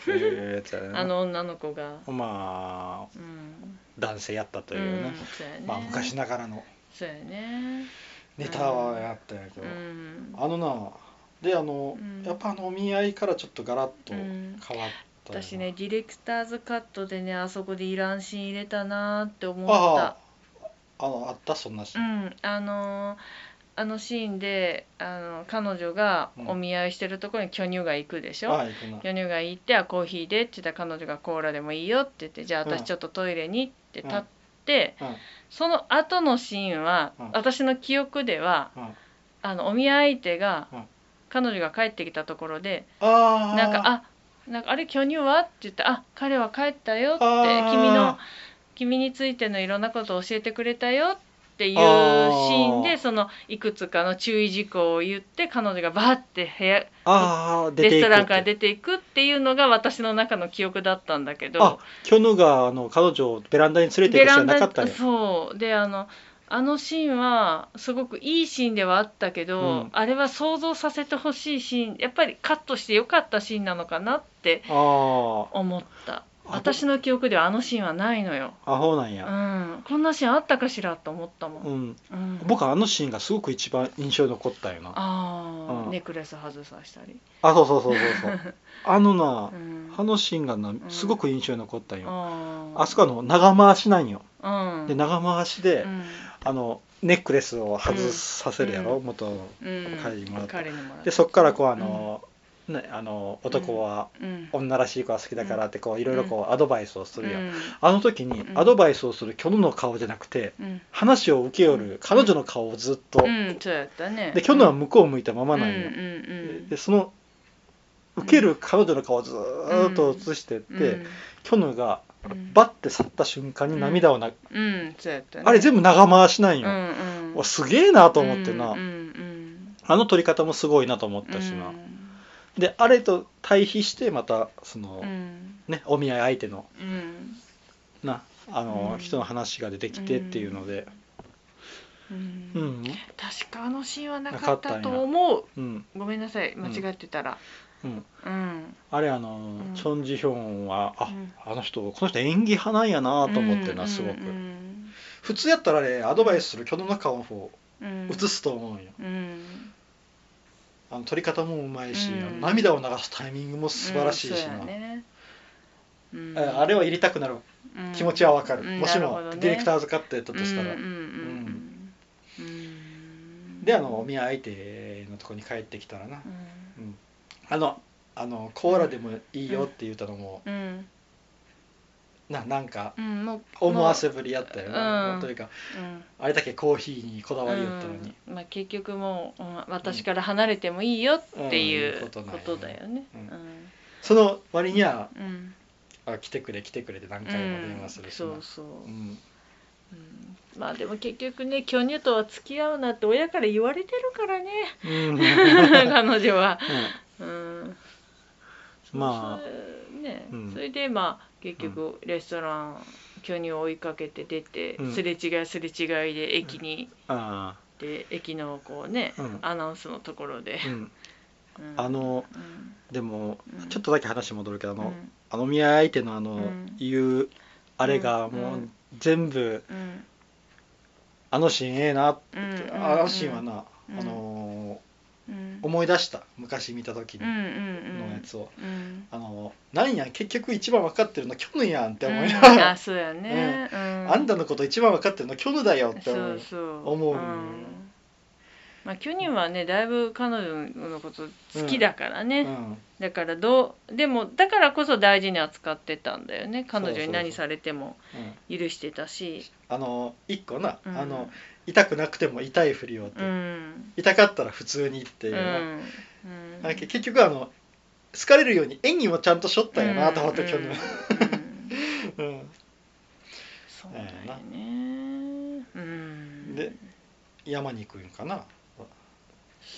Speaker 1: そういうやつや
Speaker 2: うん
Speaker 1: な
Speaker 2: あの女の子が、
Speaker 1: まあ
Speaker 2: うん、
Speaker 1: 男性やったというね
Speaker 2: ん、そうやね
Speaker 1: まあ昔ながらの
Speaker 2: そうやね
Speaker 1: ネタはやったんやけ
Speaker 2: う
Speaker 1: ど、
Speaker 2: ん
Speaker 1: あのなであの、
Speaker 2: うん
Speaker 1: やっぱあのお見合いからちょっとガラッと
Speaker 2: う
Speaker 1: 変わ
Speaker 2: ん
Speaker 1: ったよな、
Speaker 2: 私ねディレクターズカットでねあそこでイランシーン入れたなーって思っ
Speaker 1: あ
Speaker 2: た
Speaker 1: あのあったそんなシ
Speaker 2: う
Speaker 1: ーン
Speaker 2: んあのーあのシーンであの彼女がお見合いしてるところに巨乳が行くでしょ、
Speaker 1: ああいくな
Speaker 2: 巨乳が行ってあコーヒーでって言ったら彼女がコーラでもいいよって言ってじゃあ
Speaker 1: う
Speaker 2: 私
Speaker 1: ん
Speaker 2: ちょっとトイレにって立って、
Speaker 1: うん
Speaker 2: その後のシーンは、
Speaker 1: うん
Speaker 2: 私の記憶では
Speaker 1: うん
Speaker 2: あのお見合い相手が、
Speaker 1: うん
Speaker 2: 彼女が帰ってきたところで
Speaker 1: ああ
Speaker 2: なんかあなんかあれ巨乳はって言ったらあ彼は帰ったよって
Speaker 1: あー
Speaker 2: 君の君についてのいろんなことを教えてくれたよっていうシ
Speaker 1: あー
Speaker 2: ーンでそのいくつかの注意事項を言って彼女がバーって部屋
Speaker 1: ああ出
Speaker 2: レ
Speaker 1: て
Speaker 2: ス
Speaker 1: いく
Speaker 2: ト
Speaker 1: って
Speaker 2: ランから出ていくっていうのが私の中の記憶だったんだけ
Speaker 1: あ
Speaker 2: ど
Speaker 1: キョヌがあの彼女をベランダに連れて行くしかなかったね
Speaker 2: そうであのあのシーンはすごくいいシーンではあったけど、
Speaker 1: うん
Speaker 2: あれは想像させてほしいシーンやっぱりカットしてよかったシーンなのかなって
Speaker 1: あ
Speaker 2: 思った
Speaker 1: あ
Speaker 2: 私の記憶ではあのシーンはないのよ、
Speaker 1: あアホなん
Speaker 2: う
Speaker 1: や、
Speaker 2: ん、こんなシーンあったかしらと思ったもん、
Speaker 1: うん、
Speaker 2: うん、
Speaker 1: 僕はあのシーンがすごく一番印象に残ったよな
Speaker 2: ああ、
Speaker 1: うん
Speaker 2: ネックレス外させたり、
Speaker 1: あそうそうそうそうそう あのな
Speaker 2: うん、
Speaker 1: あのシーンがなすごく印象に残ったよ、
Speaker 2: あー
Speaker 1: あそこはあの長回しなんよ
Speaker 2: うん
Speaker 1: で長回しで、
Speaker 2: うん
Speaker 1: あのネックレスを外させるやろ、元の
Speaker 2: うん
Speaker 1: 彼にもらった
Speaker 2: 彼にもらった
Speaker 1: でそっからこうあの、ね、あの男は
Speaker 2: うん
Speaker 1: 女らしい子が好きだからってこういろいろこうアドバイスをするやん、
Speaker 2: うん
Speaker 1: あの時に
Speaker 2: うん
Speaker 1: アドバイスをするキョヌの顔じゃなくて
Speaker 2: うん
Speaker 1: 話を受けよる彼女の顔をずっと、
Speaker 2: うんそうやったね
Speaker 1: でキョヌは向こう向いたまま
Speaker 2: うん
Speaker 1: な
Speaker 2: うんん
Speaker 1: よ、
Speaker 2: うん
Speaker 1: でその受ける彼女の顔をずーっと映してって、キョヌが
Speaker 2: うん
Speaker 1: バッて去った瞬間に涙をな、
Speaker 2: うんうんそうやったね
Speaker 1: あれ全部長回しなん
Speaker 2: う
Speaker 1: よ、
Speaker 2: んうん
Speaker 1: わすげえなと思ってな、
Speaker 2: うんうん
Speaker 1: あの撮り方もすごいなと思っ
Speaker 2: うん
Speaker 1: たしな、
Speaker 2: うん
Speaker 1: であれと対比してまたその、
Speaker 2: うん
Speaker 1: ねお見合い相手の
Speaker 2: うん
Speaker 1: なあの、
Speaker 2: うん
Speaker 1: 人の話が出てきてっていうので
Speaker 2: うん
Speaker 1: うん
Speaker 2: 確かあのシーンはな
Speaker 1: なか
Speaker 2: か
Speaker 1: っ
Speaker 2: った
Speaker 1: ん
Speaker 2: た
Speaker 1: や
Speaker 2: と思う
Speaker 1: うん
Speaker 2: ごめんなさい間違ってたら
Speaker 1: うん
Speaker 2: うん
Speaker 1: あれあの、
Speaker 2: うん
Speaker 1: チョン・ジヒョンはあ、
Speaker 2: うん
Speaker 1: あの人この人演技派なんやなと思ってな、すごく、
Speaker 2: うん
Speaker 1: 普通やったらねアドバイスする巨の中の方
Speaker 2: うんうん
Speaker 1: 映すと思うんよ、
Speaker 2: うん
Speaker 1: あの撮り方もうまいし、
Speaker 2: うん
Speaker 1: あの涙を流すタイミングも素晴らしいしな、
Speaker 2: うんそうやねうん
Speaker 1: えあれは入れたくなる
Speaker 2: うん
Speaker 1: 気持ちはわかる、
Speaker 2: うん
Speaker 1: もし
Speaker 2: なる
Speaker 1: も
Speaker 2: ほどね
Speaker 1: ディレクターズカットやったとしたら、
Speaker 2: うんうんうんうん
Speaker 1: であのお見合い相手のとこに帰ってきたらな、うんあのあのコーラでもいいよって言ったのも、
Speaker 2: うんうん
Speaker 1: ななんか
Speaker 2: うんもう
Speaker 1: 思わせぶりやったよな、
Speaker 2: うん
Speaker 1: というか
Speaker 2: うん
Speaker 1: あれだけコーヒーにこだわりよったのに、
Speaker 2: うんまあ、結局もう、うん私から離れてもいいよっていううん
Speaker 1: う
Speaker 2: こ
Speaker 1: ん
Speaker 2: とだよね。
Speaker 1: う
Speaker 2: うんん
Speaker 1: その割には
Speaker 2: うん
Speaker 1: あ来てくれ来てくれって何
Speaker 2: うん
Speaker 1: 回も電話するしな、
Speaker 2: そうそう、
Speaker 1: うん
Speaker 2: うんまあでも結局ね巨乳とは付き合うなって親から言われてるからね
Speaker 1: うん
Speaker 2: 彼女は。うん、
Speaker 1: まあ
Speaker 2: あね、
Speaker 1: うん
Speaker 2: それでまあ結局レストラン、巨乳を追いかけて出て、
Speaker 1: うん
Speaker 2: すれ違いすれ違いで駅に、
Speaker 1: あ
Speaker 2: で駅のこうね、
Speaker 1: うん
Speaker 2: アナウンスのところで
Speaker 1: あ、うん、
Speaker 2: うん
Speaker 1: あ、の
Speaker 2: うん
Speaker 1: でも
Speaker 2: うん
Speaker 1: ちょっとだけ話戻るけどあの、
Speaker 2: うん
Speaker 1: あの見合い相手のあの、
Speaker 2: うん
Speaker 1: 言うあれがも
Speaker 2: う
Speaker 1: うん全部、
Speaker 2: うん
Speaker 1: あのシーンええなって、
Speaker 2: うんうんうん
Speaker 1: あのシーンはな、
Speaker 2: うん
Speaker 1: あの
Speaker 2: うん
Speaker 1: ー思い出した昔見た時に
Speaker 2: うん
Speaker 1: の
Speaker 2: うんうん
Speaker 1: やつを、
Speaker 2: うん
Speaker 1: あのーなんや結局一番分かってるのキョヌやんって思いなが
Speaker 2: うん、あ
Speaker 1: ら、
Speaker 2: そうやね、うん、
Speaker 1: あんたのこと一番分かってるのキョヌだよって
Speaker 2: そ
Speaker 1: 思う
Speaker 2: うそう
Speaker 1: 思うよ
Speaker 2: んまあ巨乳はねだいぶ彼女のこと好きだからね、
Speaker 1: うん
Speaker 2: だからどうでもだからこそ大事に扱ってたんだよね彼
Speaker 1: そうそう
Speaker 2: 女
Speaker 1: そ
Speaker 2: に
Speaker 1: う
Speaker 2: 何されても
Speaker 1: うん
Speaker 2: 許してたし
Speaker 1: あのー一個な、
Speaker 2: うん
Speaker 1: あの痛くなくても痛いふりをって、
Speaker 2: うん
Speaker 1: 痛かったら普通にっていうう、
Speaker 2: ん
Speaker 1: なんか結局あの好かれるように演技もちゃんとしょったよなと思って、キ
Speaker 2: 去
Speaker 1: ョ
Speaker 2: 年
Speaker 1: ヌ、うん
Speaker 2: そうだよねうん
Speaker 1: で山に行くんかな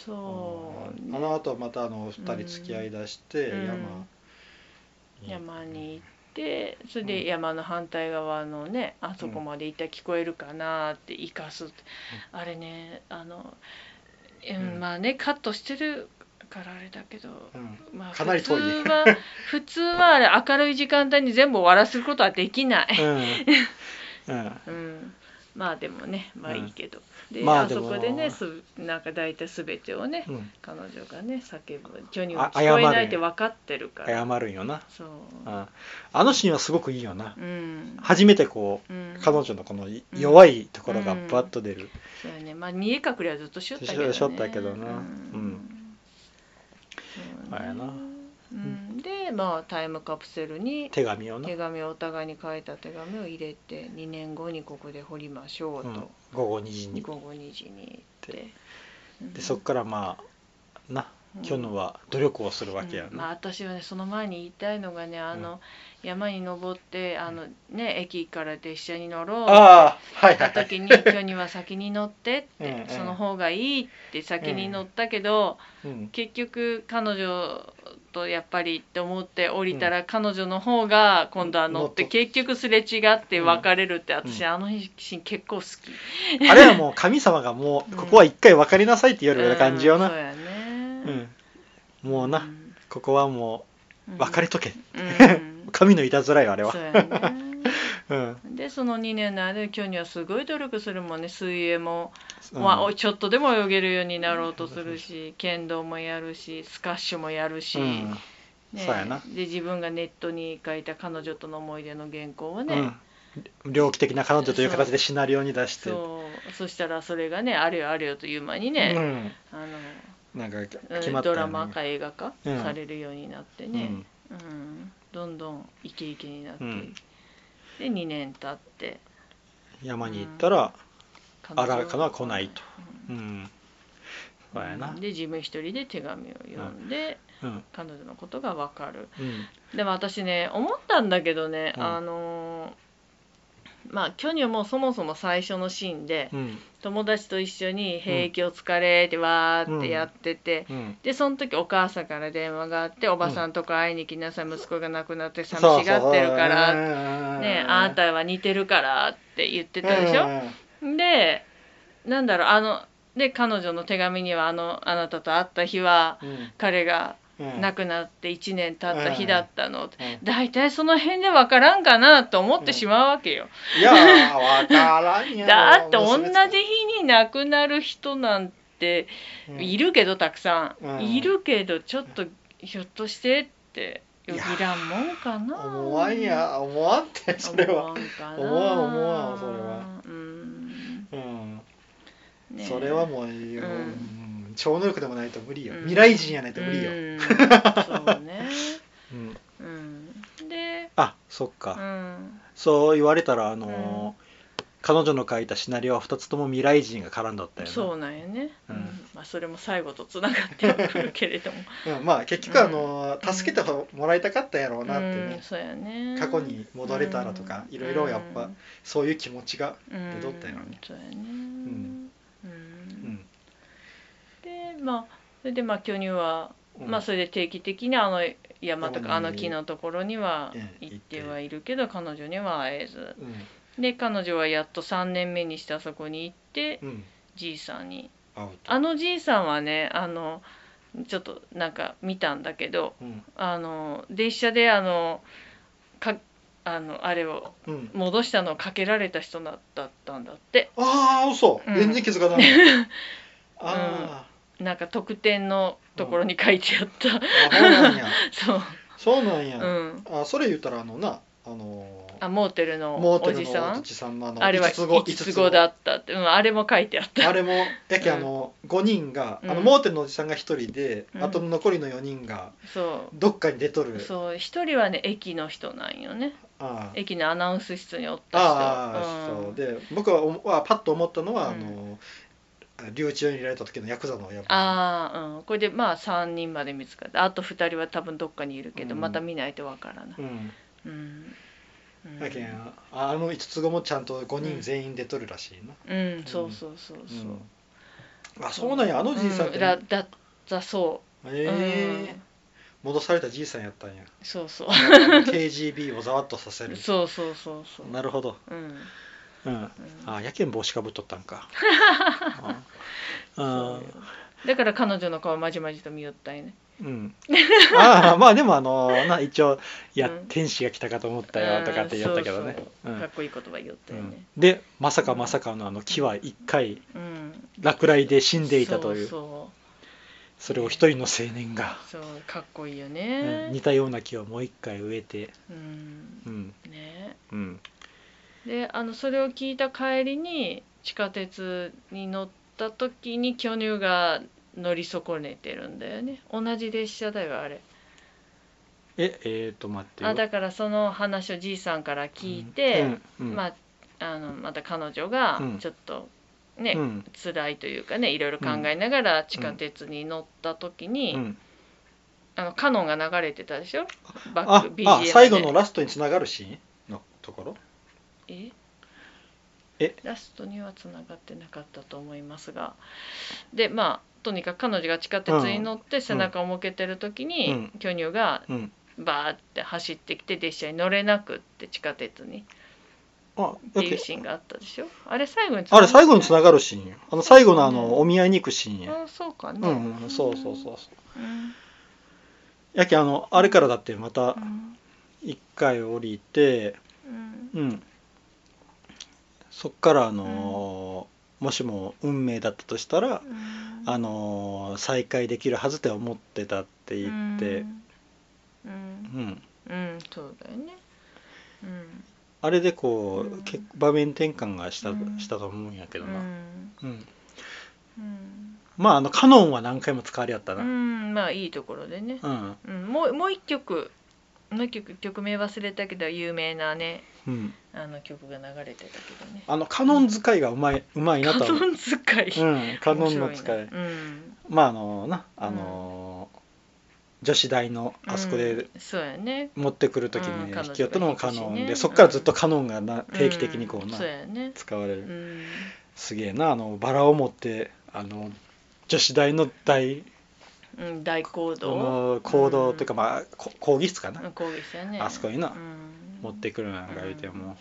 Speaker 2: そう
Speaker 1: あ
Speaker 2: ね
Speaker 1: のあとまたあの2人付き合いだして
Speaker 2: うん
Speaker 1: 山に
Speaker 2: 山に行ってそれで山の反対側のねあそこまで行ったら聞こえるかなって生かすってあれねあのうんまあねカットしてるからあれだけど
Speaker 1: うん
Speaker 2: まあ、
Speaker 1: かなり遠い
Speaker 2: 普通 は普通はあれ明るい時間帯に全部終わらせることはできない、
Speaker 1: うん、うん、
Speaker 2: うん、まあでもねまあいいけど、で,、
Speaker 1: ま
Speaker 2: あ、
Speaker 1: あで
Speaker 2: そ
Speaker 1: も
Speaker 2: こでねすなんか大体全てをね
Speaker 1: うん、
Speaker 2: 彼女がね叫ぶジョニー
Speaker 1: あ
Speaker 2: は
Speaker 1: 謝
Speaker 2: 聞
Speaker 1: る
Speaker 2: こえないって分かってるから
Speaker 1: 謝るんよな、
Speaker 2: そう
Speaker 1: うん、あのシーンはすごくいいよな、
Speaker 2: うん、
Speaker 1: 初めてこう
Speaker 2: うん、
Speaker 1: 彼女のこのい弱いところがバッと出る、
Speaker 2: そうやねまあ煮え隠れはずっとしよったけど、ね、
Speaker 1: しよったけどなう
Speaker 2: そうね
Speaker 1: あれやな
Speaker 2: うん、でまあタイムカプセルに
Speaker 1: 手紙をな
Speaker 2: 手、紙をお互いに書いた手紙を入れて2年後にここで掘りましょう
Speaker 1: うん
Speaker 2: と、
Speaker 1: 午後2時に
Speaker 2: 午後2時に行ってうん
Speaker 1: でそっからまあな
Speaker 2: うん
Speaker 1: キョヌは努力をするわけや
Speaker 2: うんまあ
Speaker 1: な、
Speaker 2: 私はねその前に言いたいのがねあの、山に登ってあのね駅から列車に乗ろうって
Speaker 1: ああはいは
Speaker 2: た
Speaker 1: いはい
Speaker 2: 時に「今日は先に乗って」っ
Speaker 1: うん
Speaker 2: て
Speaker 1: うん
Speaker 2: 「その方がいい」って先に乗ったけど
Speaker 1: うん
Speaker 2: 結局彼女とやっぱりって思って降りたら彼女の方が今度は乗って
Speaker 1: 乗っと
Speaker 2: 結局すれ違って別れるって私
Speaker 1: う
Speaker 2: あのシーン結構好き。
Speaker 1: あれはもう神様がもうここは一回分かりなさいって言われる感じよ
Speaker 2: うんそ
Speaker 1: な、
Speaker 2: うやね
Speaker 1: うん。もう
Speaker 2: う
Speaker 1: なんここはもう分かれとけ
Speaker 2: うん
Speaker 1: 神のいたずらよあれは
Speaker 2: そうやね。
Speaker 1: うん
Speaker 2: でその2年の間に今日にはすごい努力するもんね水泳も、
Speaker 1: うん
Speaker 2: まあ、ちょっとでも泳げるようになろうとするし剣道もやるしスカッシュもやるし、
Speaker 1: うん
Speaker 2: ね
Speaker 1: そうやな
Speaker 2: で自分がネットに書いた彼女との思い出の原稿をね、
Speaker 1: うん、猟奇的な彼女という形でシナリオに出して
Speaker 2: そうそしたらそれがねあれよあれよという間に
Speaker 1: う
Speaker 2: ね、
Speaker 1: ん、
Speaker 2: あの
Speaker 1: なんか
Speaker 2: うん
Speaker 1: 決まった
Speaker 2: ド
Speaker 1: よね
Speaker 2: ラマか映画化
Speaker 1: うん
Speaker 2: されるようになって
Speaker 1: う
Speaker 2: ね、
Speaker 1: ん
Speaker 2: うんどんどんイケイケになって、
Speaker 1: うん
Speaker 2: で2年経って
Speaker 1: 山に行ったら
Speaker 2: 彼
Speaker 1: あらかな来ないと、
Speaker 2: うん
Speaker 1: うん、そうやな
Speaker 2: で自分一人で手紙を読んで、
Speaker 1: うん
Speaker 2: 彼女のことが分かる
Speaker 1: うん
Speaker 2: でも私ね思ったんだけどね、
Speaker 1: うん
Speaker 2: あのーまあ巨乳もそもそも最初のシーンで、
Speaker 1: うん
Speaker 2: 友達と一緒に「兵役お疲れ」ってわーってやってて、
Speaker 1: うん
Speaker 2: でその時お母さんから電話があって「おばさんとこ会いに来なさい息子が亡くなって寂しがってるから」
Speaker 1: ら
Speaker 2: ね、あんたは似てるからって言ってたでしょ、でなんだろうあので彼女の手紙にはあの「あなたと会った日は彼が亡
Speaker 1: く
Speaker 2: くなって1年経った日だったの」
Speaker 1: うん
Speaker 2: 大体その辺で分からんかなと思ってしまうわけよ。
Speaker 1: いやーわからんやろ
Speaker 2: だって同じ
Speaker 1: 娘
Speaker 2: 日に亡くなる人なんて
Speaker 1: うん
Speaker 2: いるけどたくさん、
Speaker 1: うん
Speaker 2: いるけどちょっとひょっとしてってよぎらんもんかな。
Speaker 1: 思わんや思わんってそれ
Speaker 2: 思わ
Speaker 1: は、
Speaker 2: んかな
Speaker 1: 思わん思わんそれは。
Speaker 2: うん
Speaker 1: うん
Speaker 2: ねえ
Speaker 1: それはもう、うん
Speaker 2: ん
Speaker 1: 超能力でもないと無理よ、
Speaker 2: うん
Speaker 1: 未来人やないと無理よ、
Speaker 2: うんそ うね。
Speaker 1: うん
Speaker 2: うん、で、
Speaker 1: あそっか、
Speaker 2: うん、
Speaker 1: そう言われたらあのー彼女の書いたシナリオは2つとも未来人が絡んだったよな
Speaker 2: そうなんやね。
Speaker 1: うん
Speaker 2: まあそれも最後とつながってはくるけれども。
Speaker 1: うん、まあ結局あのー
Speaker 2: うん
Speaker 1: 助けてもらいたかったやろうなって
Speaker 2: う
Speaker 1: ね
Speaker 2: ん、、そうやね
Speaker 1: 過去に戻れたらとかいろいろやっぱそういう気持ちが
Speaker 2: うん
Speaker 1: 戻ったよね
Speaker 2: そうやね
Speaker 1: ん
Speaker 2: うん
Speaker 1: うん、
Speaker 2: でまあそれでまあ巨乳は、
Speaker 1: うん
Speaker 2: まあそれで定期的にあの山とかあ
Speaker 1: 山に
Speaker 2: の木のところには
Speaker 1: うん
Speaker 2: 行ってはいるけど彼女には会えず
Speaker 1: うん
Speaker 2: で彼女はやっと3年目にしてあそこに行って
Speaker 1: うん
Speaker 2: じいさんに
Speaker 1: アウト
Speaker 2: あのじいさんはねあのちょっとなんか見たんだけど
Speaker 1: うん
Speaker 2: あの電車であのかあのあれを
Speaker 1: うん
Speaker 2: 戻したのをかけられた人だったんだって
Speaker 1: ああ嘘、
Speaker 2: うん
Speaker 1: 全然気づかないあ
Speaker 2: なんか特典のところに書いてあった、
Speaker 1: ーあそうなん や
Speaker 2: そう、
Speaker 1: そうなんや、
Speaker 2: うん、
Speaker 1: あそれ言ったらあのなあのー
Speaker 2: あモーテルの
Speaker 1: モー
Speaker 2: お
Speaker 1: テル
Speaker 2: じ
Speaker 1: の
Speaker 2: さ
Speaker 1: お
Speaker 2: ん
Speaker 1: じさんのあの
Speaker 2: あれは
Speaker 1: 五つ子
Speaker 2: 五つ子だったって、うん、あれも書いてあっ
Speaker 1: あ
Speaker 2: た
Speaker 1: れもやけ
Speaker 2: うん
Speaker 1: あの5人が、あの
Speaker 2: うん
Speaker 1: モーテルのおじさんが1人で、
Speaker 2: うん
Speaker 1: あと残りの4人が
Speaker 2: そ
Speaker 1: どっかに出とる
Speaker 2: うそう一人はね駅の人なんよね
Speaker 1: あー
Speaker 2: 駅のアナウンス室におった人
Speaker 1: あー、
Speaker 2: う
Speaker 1: そ
Speaker 2: ん
Speaker 1: うで僕はおはパッと思ったのは、
Speaker 2: う
Speaker 1: あ
Speaker 2: ん
Speaker 1: の留置場に入れられた時のヤクザのやっぱ
Speaker 2: あーうんこれでまあ3人まで見つかってあと2人は多分どっかにいるけど、
Speaker 1: うん
Speaker 2: また見ないとわからない
Speaker 1: うん
Speaker 2: うん、うん、
Speaker 1: やけんああの5つ子もちゃんと5人全員出とるらしいな、
Speaker 2: うんそうそうそう
Speaker 1: う
Speaker 2: そう、
Speaker 1: んあそうなんやあのじいさんって、
Speaker 2: うだだだそ
Speaker 1: え
Speaker 2: う、
Speaker 1: え
Speaker 2: うん
Speaker 1: 戻されたじいさんやったん や
Speaker 2: そうそう
Speaker 1: KGB をざわっとさせる
Speaker 2: そうそうそうそう
Speaker 1: なるほど
Speaker 2: うんうん
Speaker 1: うんあやけん帽子かぶっとったん かあ
Speaker 2: そうよだから彼女の顔まじまじと見よったいね
Speaker 1: うん、ああまあでもあのな一応「いや、
Speaker 2: うん
Speaker 1: 天使が来たかと思ったよ」とかって言ったけどね
Speaker 2: そう
Speaker 1: う
Speaker 2: そうかっ
Speaker 1: ん
Speaker 2: こいい言葉言ったよ
Speaker 1: う
Speaker 2: ね
Speaker 1: ん、でまさかまさかのあの木は一回
Speaker 2: うん、
Speaker 1: 落雷で死んでいたというそ
Speaker 2: そ
Speaker 1: れを一人の青年が、
Speaker 2: うそうそうかっこいいよ
Speaker 1: うん
Speaker 2: ね
Speaker 1: 似たような木をもう一回植えて
Speaker 2: うん
Speaker 1: うん
Speaker 2: ね
Speaker 1: うん
Speaker 2: であのそれを聞いた帰りに地下鉄に乗った時に巨乳が乗り損ねてるんだよね同じ列車だよあれ
Speaker 1: ええー、と待ってよ
Speaker 2: あだからその話をじいさんから聞い
Speaker 1: うん
Speaker 2: て、
Speaker 1: うんうん
Speaker 2: まああのまた彼女が
Speaker 1: うん
Speaker 2: ちょっとね、
Speaker 1: うん
Speaker 2: 辛いというかねいろいろ考えながら地下鉄に乗った時に、
Speaker 1: うん
Speaker 2: あのカノンが流れてたでしょバッ
Speaker 1: あ
Speaker 2: ク BGM で
Speaker 1: あ最後のラストにつながるシーンのところ
Speaker 2: え
Speaker 1: え
Speaker 2: ラストにはつながってなかったと思いますがでまあとにかく彼女が地下鉄に乗って背中を向けてる時に、
Speaker 1: うん
Speaker 2: 巨乳が
Speaker 1: うん
Speaker 2: バーって走ってきて列車に乗れなくって地下鉄に
Speaker 1: あ
Speaker 2: っ
Speaker 1: だ
Speaker 2: て
Speaker 1: っ
Speaker 2: い
Speaker 1: て
Speaker 2: うシーンがあったでしょあれ最後に繋が
Speaker 1: あれ最後につながるシーンよあの最後のあ
Speaker 2: う
Speaker 1: の
Speaker 2: ん
Speaker 1: お見合いに行くシーンや
Speaker 2: あそうか
Speaker 1: う
Speaker 2: ね
Speaker 1: ん、うん、そうそうそうそう
Speaker 2: うん
Speaker 1: やけんあのあれからだってまた
Speaker 2: うん
Speaker 1: 一回降りて
Speaker 2: うん
Speaker 1: うんそっからあのーもしも運命だったとしたら
Speaker 2: うん
Speaker 1: あのー再会できるはずって思ってたって言って
Speaker 2: うん
Speaker 1: うん
Speaker 2: うん、うん、そうだよねうん
Speaker 1: あれでこ
Speaker 2: う
Speaker 1: うん結構場面転換がした
Speaker 2: うん
Speaker 1: したと思うんやけど
Speaker 2: う
Speaker 1: なんうん
Speaker 2: うん
Speaker 1: まああのカノンは何回も使われやった
Speaker 2: う
Speaker 1: なん
Speaker 2: まあいいところでね
Speaker 1: うん
Speaker 2: うん、もうもう一曲もう一曲曲名忘れたけど有名なね
Speaker 1: うん
Speaker 2: あの曲が流れてたけどね
Speaker 1: あのカノン使いがうまいうまいな
Speaker 2: カ
Speaker 1: とは思う
Speaker 2: ノン使い、
Speaker 1: うん、カノンの使い
Speaker 2: 面白なうん
Speaker 1: まああのなあのー女子大のあそこ
Speaker 2: う
Speaker 1: で
Speaker 2: んそうやね
Speaker 1: 持ってくる時
Speaker 2: うん
Speaker 1: にね
Speaker 2: 彼女が
Speaker 1: 引き寄ったのもカノン
Speaker 2: いるし
Speaker 1: で
Speaker 2: ね
Speaker 1: そっからずっとカノンがな定期的にこう
Speaker 2: うん
Speaker 1: な
Speaker 2: そうやね
Speaker 1: 使われ
Speaker 2: う
Speaker 1: る
Speaker 2: ん
Speaker 1: すげえなあのバラを持ってあの女子大の大
Speaker 2: うん大行
Speaker 1: あ
Speaker 2: 動
Speaker 1: の行動というか
Speaker 2: うん
Speaker 1: まあこ講義室かな
Speaker 2: うん講義したよね
Speaker 1: あそこにな
Speaker 2: うん
Speaker 1: 持ってくるなんか言うて
Speaker 2: うん
Speaker 1: も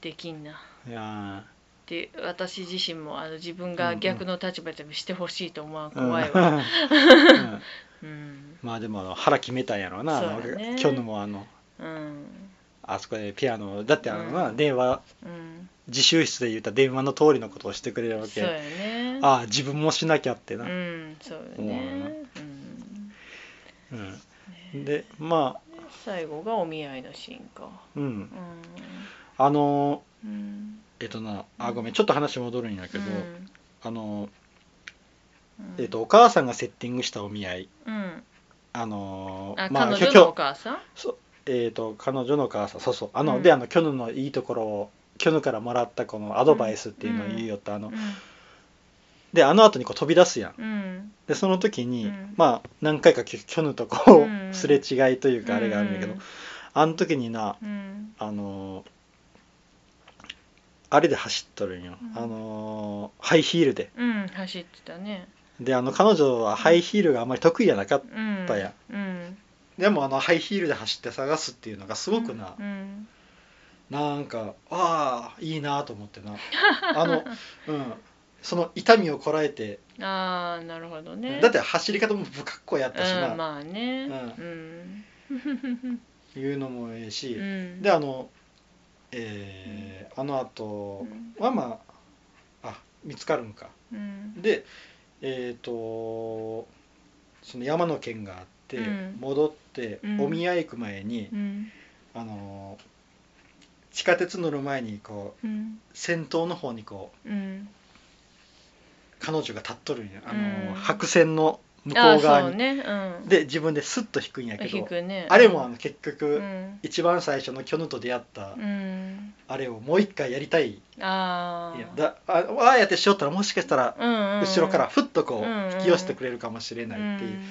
Speaker 2: できんな
Speaker 1: ういや
Speaker 2: で私自身もあの自分
Speaker 1: うん
Speaker 2: が
Speaker 1: うん
Speaker 2: 逆の立場でもしてほしいと思わん
Speaker 1: ーうん
Speaker 2: 怖いわ
Speaker 1: うん
Speaker 2: うん
Speaker 1: まあでもあの腹決めたんやろうなあの
Speaker 2: そうやね
Speaker 1: キョヌもあの
Speaker 2: うん
Speaker 1: あそこでピアノだってあのな、
Speaker 2: うん
Speaker 1: 電話
Speaker 2: うん
Speaker 1: 自習室で言った電話の通りのことをしてくれるわ
Speaker 2: そうや
Speaker 1: け
Speaker 2: ね
Speaker 1: ああ自分もしなきゃってな、
Speaker 2: うんそうよね、うん
Speaker 1: うんでまあ
Speaker 2: で最後がお見合いのシーンか
Speaker 1: うん
Speaker 2: う
Speaker 1: あの
Speaker 2: んうん
Speaker 1: えっとなあごめんちょっと話戻るんやけど、あの
Speaker 2: うん
Speaker 1: えっとお母さんがセッティングしたお見合い
Speaker 2: うん
Speaker 1: あの
Speaker 2: あ、
Speaker 1: まあ
Speaker 2: 彼
Speaker 1: き
Speaker 2: 女
Speaker 1: ょ
Speaker 2: のお母さん
Speaker 1: そうえっと彼女のお母さんそうそうあの、
Speaker 2: うん
Speaker 1: であのキョヌのいいところをキョヌからもらったこのアドバイスっていうのを言いよった、あのであの後にこう飛び出すやん
Speaker 2: うんうん
Speaker 1: でその時に、
Speaker 2: うん
Speaker 1: まあ何回かキョキョヌとこ
Speaker 2: う
Speaker 1: う
Speaker 2: ん
Speaker 1: すれ違いというかあれがあるんだけど、あの時にな
Speaker 2: うん
Speaker 1: あのーあれで走っとるんよ、
Speaker 2: うん
Speaker 1: あのーハイヒールで
Speaker 2: うん走ってたね
Speaker 1: であの彼女はハイヒールがあんまり得意じゃなかっ
Speaker 2: うん
Speaker 1: たや
Speaker 2: うん
Speaker 1: でもあのハイヒールで走って探すっていうのがすごくな、
Speaker 2: うん
Speaker 1: なんかああいいなと思ってなあ のうんその痛みをこらえて、
Speaker 2: うんああなるほどね
Speaker 1: だって走り方も不格好やったしな、
Speaker 2: うんまあね
Speaker 1: う
Speaker 2: うん
Speaker 1: いうのもええし、
Speaker 2: うん
Speaker 1: であのえーあの後はまああ見つかるんか
Speaker 2: うん
Speaker 1: でえっ、とその山の県があって、
Speaker 2: うん
Speaker 1: 戻って
Speaker 2: うん
Speaker 1: お宮行く前に
Speaker 2: う、ん
Speaker 1: あのー地下鉄乗る前にこう
Speaker 2: うん
Speaker 1: 先頭の方にこう
Speaker 2: うん
Speaker 1: 彼女が立っとるんや、あのー
Speaker 2: うん
Speaker 1: 白線の向こ
Speaker 2: あ
Speaker 1: う
Speaker 2: ー
Speaker 1: 側
Speaker 2: そう
Speaker 1: に、
Speaker 2: ねうん
Speaker 1: で自分でスッと引くんやけ
Speaker 2: 引
Speaker 1: ど、
Speaker 2: くね
Speaker 1: あれもあの結局、
Speaker 2: うん
Speaker 1: 一番最初のキョヌと出会った
Speaker 2: うん
Speaker 1: あれをもう一回やりたい
Speaker 2: ああ
Speaker 1: いやだあああやってしよったらもしかしたら後ろからふっとこ
Speaker 2: うんうん
Speaker 1: う引き寄せてくれるかもしれないっていう、
Speaker 2: うん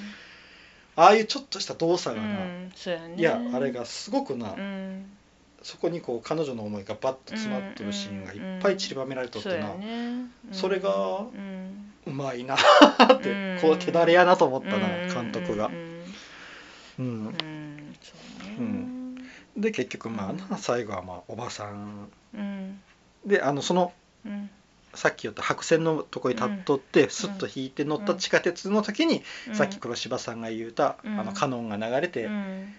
Speaker 1: ああいうちょっとした動作
Speaker 2: う
Speaker 1: がな、
Speaker 2: んそうやね
Speaker 1: いやあれがすごくな、
Speaker 2: うん
Speaker 1: そこにこう彼女の思いがバッと詰まってるシーンがいっぱい散りばめられとって
Speaker 2: そうや
Speaker 1: な、う
Speaker 2: ね
Speaker 1: それが
Speaker 2: うん
Speaker 1: まいなっ、
Speaker 2: だって
Speaker 1: こう手だれやなと思ったな、監督が
Speaker 2: う、ん
Speaker 1: うん
Speaker 2: うんうんそうね
Speaker 1: うんで結局まあな
Speaker 2: うん
Speaker 1: 最後はまあおばさん
Speaker 2: うん
Speaker 1: であのその
Speaker 2: うん
Speaker 1: さっき言った白線のとこに立っとって、スッと引いて乗った地下鉄の時に、さっき黒柴さんが言うた、
Speaker 2: うん
Speaker 1: あのカノンが流れて、
Speaker 2: うん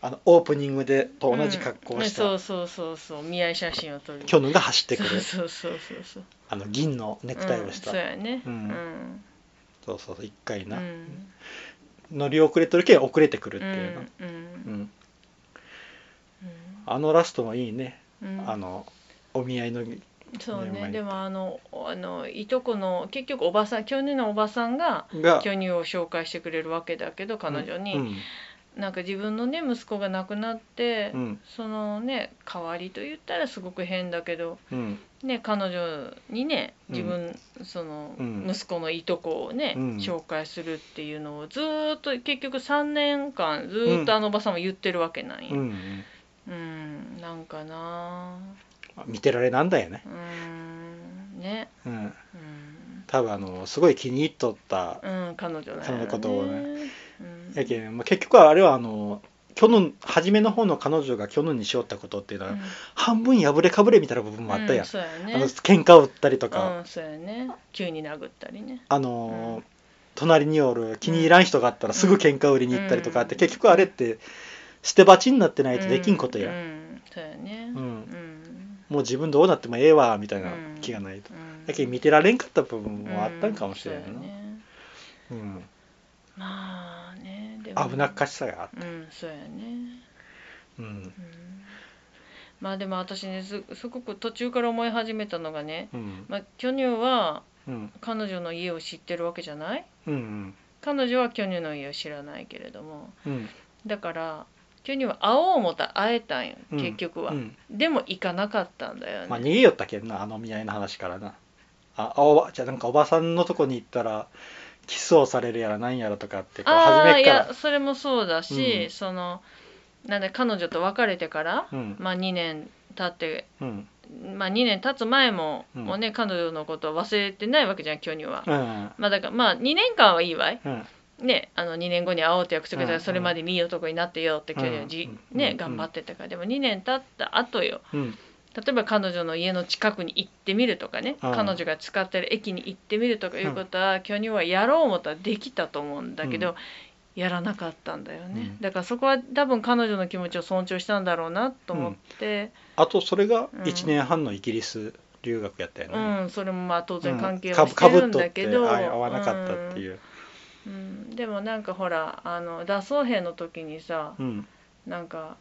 Speaker 1: あのオープニングでと同じ格好をした、
Speaker 2: うんねそうそうそうそう見合い写真を撮る
Speaker 1: キョヌが走ってくる
Speaker 2: そうそうそうそう
Speaker 1: あの銀のネクタイをした、
Speaker 2: うん、そうやね
Speaker 1: う
Speaker 2: うんん
Speaker 1: そうそうそう一回
Speaker 2: う
Speaker 1: な、
Speaker 2: ん
Speaker 1: 乗り遅れてるけん遅れてくるっ
Speaker 2: う
Speaker 1: ていうな、
Speaker 2: んうん
Speaker 1: うんあのラストもいいね、
Speaker 2: うん
Speaker 1: あのお見合いの
Speaker 2: そう
Speaker 1: ねうま
Speaker 2: ね
Speaker 1: い
Speaker 2: でもあのあのいとこの結局おばさん去年のおばさんが
Speaker 1: が
Speaker 2: 巨乳を紹介してくれるわけだけど彼女に、なんか自分のね息子が亡くなって、
Speaker 1: うんうん
Speaker 2: そのね代わりと言ったらすごく変だけど、
Speaker 1: うん
Speaker 2: ね、彼女にね自分、その
Speaker 1: うん
Speaker 2: 息子のいとこをね、
Speaker 1: うん
Speaker 2: 紹介するっていうのをずーっと結局3年間ずーっとあのおばさんは言ってるわけなんや。
Speaker 1: うんうん
Speaker 2: うん、なんかな
Speaker 1: 見てられなんだよね、
Speaker 2: あうんね
Speaker 1: うん、
Speaker 2: うん
Speaker 1: 多分あのすごい気に入っとった、
Speaker 2: うん、彼女なんやろね
Speaker 1: そのことをね
Speaker 2: うん、
Speaker 1: やけん、まあ、結局はあれはあの去年初めの方の彼女が去年にしよったことっていうのは、
Speaker 2: うん
Speaker 1: 半分破れかぶれみたいな部分もあったや、
Speaker 2: うんんそうやね
Speaker 1: あの喧嘩を売ったりとか、
Speaker 2: うんそうやね急に殴ったりね
Speaker 1: あのー
Speaker 2: うん
Speaker 1: 隣におる気に入らん人があったらすぐ喧嘩売りに行ったりとかって、
Speaker 2: うん
Speaker 1: 結局あれって捨て鉢になってないとできんことや、
Speaker 2: うんうんそうやね
Speaker 1: うん
Speaker 2: うん
Speaker 1: もう自分どうなってもええわみたいな
Speaker 2: うん
Speaker 1: 気がないと、
Speaker 2: うん
Speaker 1: だけど見てられんかった部分もあったんかもしれないな、
Speaker 2: うんそうやね
Speaker 1: うん
Speaker 2: まあねで
Speaker 1: 危なっかしさがあっ
Speaker 2: うんそうやね
Speaker 1: た、うん
Speaker 2: うんまあでも私ねすすごく途中から思い始めたのがね
Speaker 1: うん
Speaker 2: まあ巨乳は
Speaker 1: うん
Speaker 2: 彼女の家を知ってるわけじゃない
Speaker 1: うん
Speaker 2: 彼女は巨乳の家を知らないけれども
Speaker 1: うん
Speaker 2: だから巨乳は会おう思ったら会えたんよ
Speaker 1: うん
Speaker 2: 結局は、
Speaker 1: うん
Speaker 2: でも行かなかったんだよね、
Speaker 1: まあ逃げよったけんなあの見合いの話からなああおばじゃあなんかおばさんのとこに行ったらキスをされるやらなんやらとかってこう
Speaker 2: ああ
Speaker 1: 初め
Speaker 2: い
Speaker 1: から
Speaker 2: やそれもそうだし、
Speaker 1: うん
Speaker 2: そのなんで彼女と別れてから、
Speaker 1: うん
Speaker 2: まあ、2年経って、
Speaker 1: うん
Speaker 2: まあ、2年経つ前も,、
Speaker 1: うん
Speaker 2: もうね彼女のことは忘れてないわけじゃん巨乳は、
Speaker 1: うん
Speaker 2: まあだからまあ2年間はいいわい
Speaker 1: うん
Speaker 2: ねあの2年後に会おうって約束した
Speaker 1: うん
Speaker 2: らそれまでにいい男になってよって巨乳はじ、
Speaker 1: うんう
Speaker 2: ね
Speaker 1: ん
Speaker 2: 頑張ってたからでも2年経った後よ
Speaker 1: うん
Speaker 2: 例えば彼女の家の近くに行ってみるとかね、
Speaker 1: うん
Speaker 2: 彼女が使ってる駅に行ってみるとかいうことは、巨乳はやろう思ったらできたと思うんだけど、やらなかったんだよね、
Speaker 1: うん
Speaker 2: だからそこは多分彼女の気持ちを尊重したんだろうなと思って、
Speaker 1: あとそれが
Speaker 2: うん
Speaker 1: 1年半のイギリス留学やったよ
Speaker 2: う
Speaker 1: ね、
Speaker 2: んそれもまあ当然関係
Speaker 1: うん
Speaker 2: は
Speaker 1: か
Speaker 2: して
Speaker 1: ぶ
Speaker 2: る
Speaker 1: っ
Speaker 2: ん
Speaker 1: とっ
Speaker 2: だ
Speaker 1: て
Speaker 2: けど、
Speaker 1: あ合わなかったっていう、
Speaker 2: うん、うんでもなんかほらあの脱走兵の時にさ
Speaker 1: う、ん
Speaker 2: なんか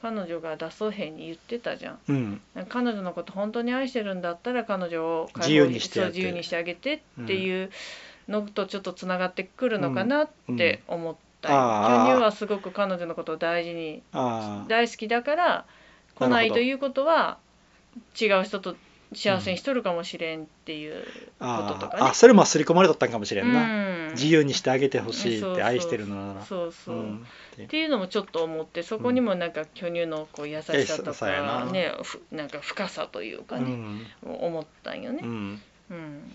Speaker 2: 彼女が脱走兵に言ってたじゃん
Speaker 1: うん
Speaker 2: 彼女のこと本当に愛してるんだったら彼女を解
Speaker 1: 自由
Speaker 2: 放
Speaker 1: にして
Speaker 2: そう
Speaker 1: やって
Speaker 2: 自由にしてあげてっていうのとちょっとつながってくるのかなって思ったよ、
Speaker 1: うんああ
Speaker 2: 巨乳はすごく彼女のことを大事に
Speaker 1: ああ
Speaker 2: 大好きだから来ないということは違う人と幸せにしとるかもしれんっていうことと
Speaker 1: あ
Speaker 2: か
Speaker 1: あ
Speaker 2: ね
Speaker 1: あ。それも刷り込まれとったんかもしれんな、
Speaker 2: うん
Speaker 1: 自由にしてあげてほしいっ
Speaker 2: そう
Speaker 1: て
Speaker 2: そう
Speaker 1: 愛してるのなら
Speaker 2: そうそう、
Speaker 1: ん
Speaker 2: っていうのもちょっと思ってそこにもなんか巨乳のこう優しさ
Speaker 1: うん
Speaker 2: と
Speaker 1: そうやな
Speaker 2: か、ねふなんか深さというか
Speaker 1: う
Speaker 2: ね、
Speaker 1: ん
Speaker 2: 思ったんよね
Speaker 1: う。ん
Speaker 2: うん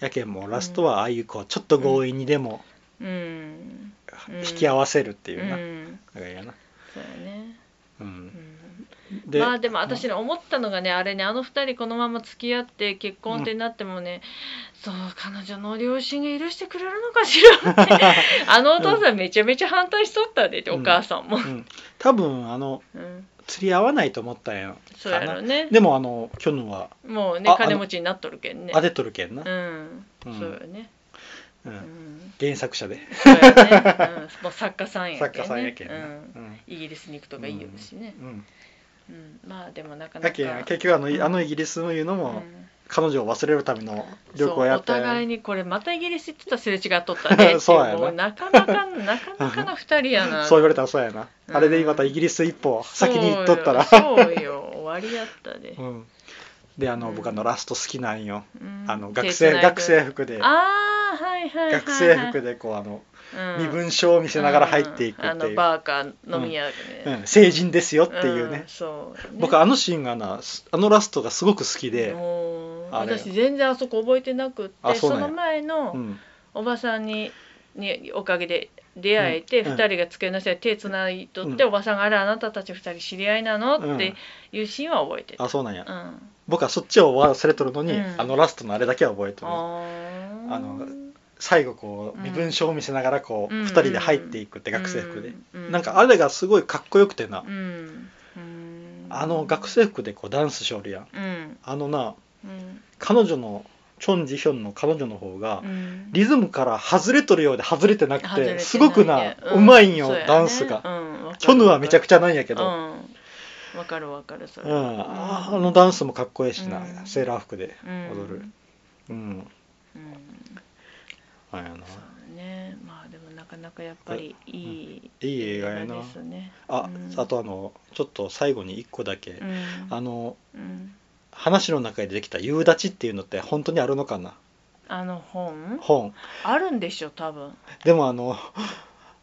Speaker 1: やけんもうラストはああいうこうちょっと強引にでも
Speaker 2: うん、うん
Speaker 1: 引き合わせるって
Speaker 2: う
Speaker 1: いうな、
Speaker 2: ん、
Speaker 1: だからやな、
Speaker 2: そうやね、
Speaker 1: う、
Speaker 2: うんん、
Speaker 1: で、
Speaker 2: まあでも私ね思ったのがねあれねあの二人このまま付き合って結婚ってなってもね、そう彼女の両親が許してくれるのかしらって あのお父さんめちゃめちゃ反対しとったでって、
Speaker 1: うん
Speaker 2: お母さんも
Speaker 1: う、ん、多分あの
Speaker 2: うん、
Speaker 1: 釣り合わないと思ったんやか
Speaker 2: そうやろ
Speaker 1: な
Speaker 2: ね
Speaker 1: でもあの去年は
Speaker 2: もうね
Speaker 1: あ
Speaker 2: 金持ちになっとるけんね
Speaker 1: 当てとるけんな、
Speaker 2: うん、
Speaker 1: うん
Speaker 2: そうよね、
Speaker 1: う、
Speaker 2: う んん、
Speaker 1: 原作者で
Speaker 2: そうやね、うん、もう作家さんやけね
Speaker 1: 作家さんやけん
Speaker 2: う
Speaker 1: な、
Speaker 2: ん、イギリスに行くとかいいよしね、
Speaker 1: うん
Speaker 2: うんまあでもなか
Speaker 1: だ
Speaker 2: な
Speaker 1: け
Speaker 2: か
Speaker 1: 結局あの,、
Speaker 2: うん
Speaker 1: あのイギリスのいうの
Speaker 2: う
Speaker 1: も
Speaker 2: ん
Speaker 1: 彼女を忘れるための旅行やった
Speaker 2: そうお互い
Speaker 1: に
Speaker 2: にこれまたイギリス行ってたらすれ違っとったねってい う
Speaker 1: そうやな
Speaker 2: もうなかなかなかなかな二人やな
Speaker 1: そう言われたらそうやな、
Speaker 2: うん
Speaker 1: あれでまたイギリス一歩先に行っとったら
Speaker 2: そうよそうよ終わりやったで
Speaker 1: う、ん、であの、
Speaker 2: うん
Speaker 1: 僕あのラスト好きなんよ
Speaker 2: うん
Speaker 1: あの
Speaker 2: 手
Speaker 1: 学生
Speaker 2: 繋いで
Speaker 1: 学生服で
Speaker 2: ああはいはいはい、はい、
Speaker 1: 学生服でこうあの
Speaker 2: うん
Speaker 1: 身分証を見せながら入っていく
Speaker 2: うんあ
Speaker 1: ってい
Speaker 2: の
Speaker 1: う、
Speaker 2: バーか飲み屋で
Speaker 1: う
Speaker 2: ね、
Speaker 1: ん、成人ですよっていうね
Speaker 2: ん、そうね
Speaker 1: 僕あのシーンがなすあのラストがすごく好きで、
Speaker 2: もう
Speaker 1: あれ
Speaker 2: 私全然あそこ覚えてなくって
Speaker 1: あそ
Speaker 2: そ
Speaker 1: うなんや
Speaker 2: の前の、
Speaker 1: うん
Speaker 2: おばさんににおかげで出会えて、
Speaker 1: うん
Speaker 2: 二人が机の下で手つないとって、
Speaker 1: うん
Speaker 2: おばさんが「あれあなたたち二人知り合いなの?」
Speaker 1: うん
Speaker 2: っていうシーンは覚えてた。
Speaker 1: あそうなんや
Speaker 2: うん
Speaker 1: 僕はそっちを忘れとるのに、
Speaker 2: うん
Speaker 1: あのラストのあれだけは覚えてる
Speaker 2: あ
Speaker 1: あの最後こう身分証を見せながらこう、
Speaker 2: うん
Speaker 1: 2人で入っていくって学生服で、、
Speaker 2: う
Speaker 1: なんかあれがすごいかっこよくてな、
Speaker 2: うんうん
Speaker 1: あの学生服でこうダンスしょるやん
Speaker 2: うん
Speaker 1: あのな
Speaker 2: うん
Speaker 1: 彼女のチョン・ジヒョンの彼女の方が、
Speaker 2: うん
Speaker 1: リズムから外れとるようで外れてなく
Speaker 2: 外
Speaker 1: て
Speaker 2: れね
Speaker 1: すごくな、う
Speaker 2: うん
Speaker 1: まいんよ、
Speaker 2: そうやね
Speaker 1: ダンスが、
Speaker 2: うんわかる
Speaker 1: チョヌはめちゃくちゃなんやけ
Speaker 2: うん
Speaker 1: ど、
Speaker 2: わかるわかるそ
Speaker 1: うん
Speaker 2: れうん
Speaker 1: ああのダンスもかっこいいしな、
Speaker 2: うん
Speaker 1: セーラー服で踊るうん、
Speaker 2: うん
Speaker 1: あやな
Speaker 2: そうねまあでもなかなかやっぱりいい
Speaker 1: いい映画やな
Speaker 2: ですね
Speaker 1: あ、
Speaker 2: うん
Speaker 1: あとあのちょっと最後に1個だけ、
Speaker 2: うん
Speaker 1: あの
Speaker 2: うん
Speaker 1: 話の中で出てきた夕立ちっていうのって本当にあるのかな
Speaker 2: あの本
Speaker 1: 本
Speaker 2: あるんでしょ 多分
Speaker 1: でもあの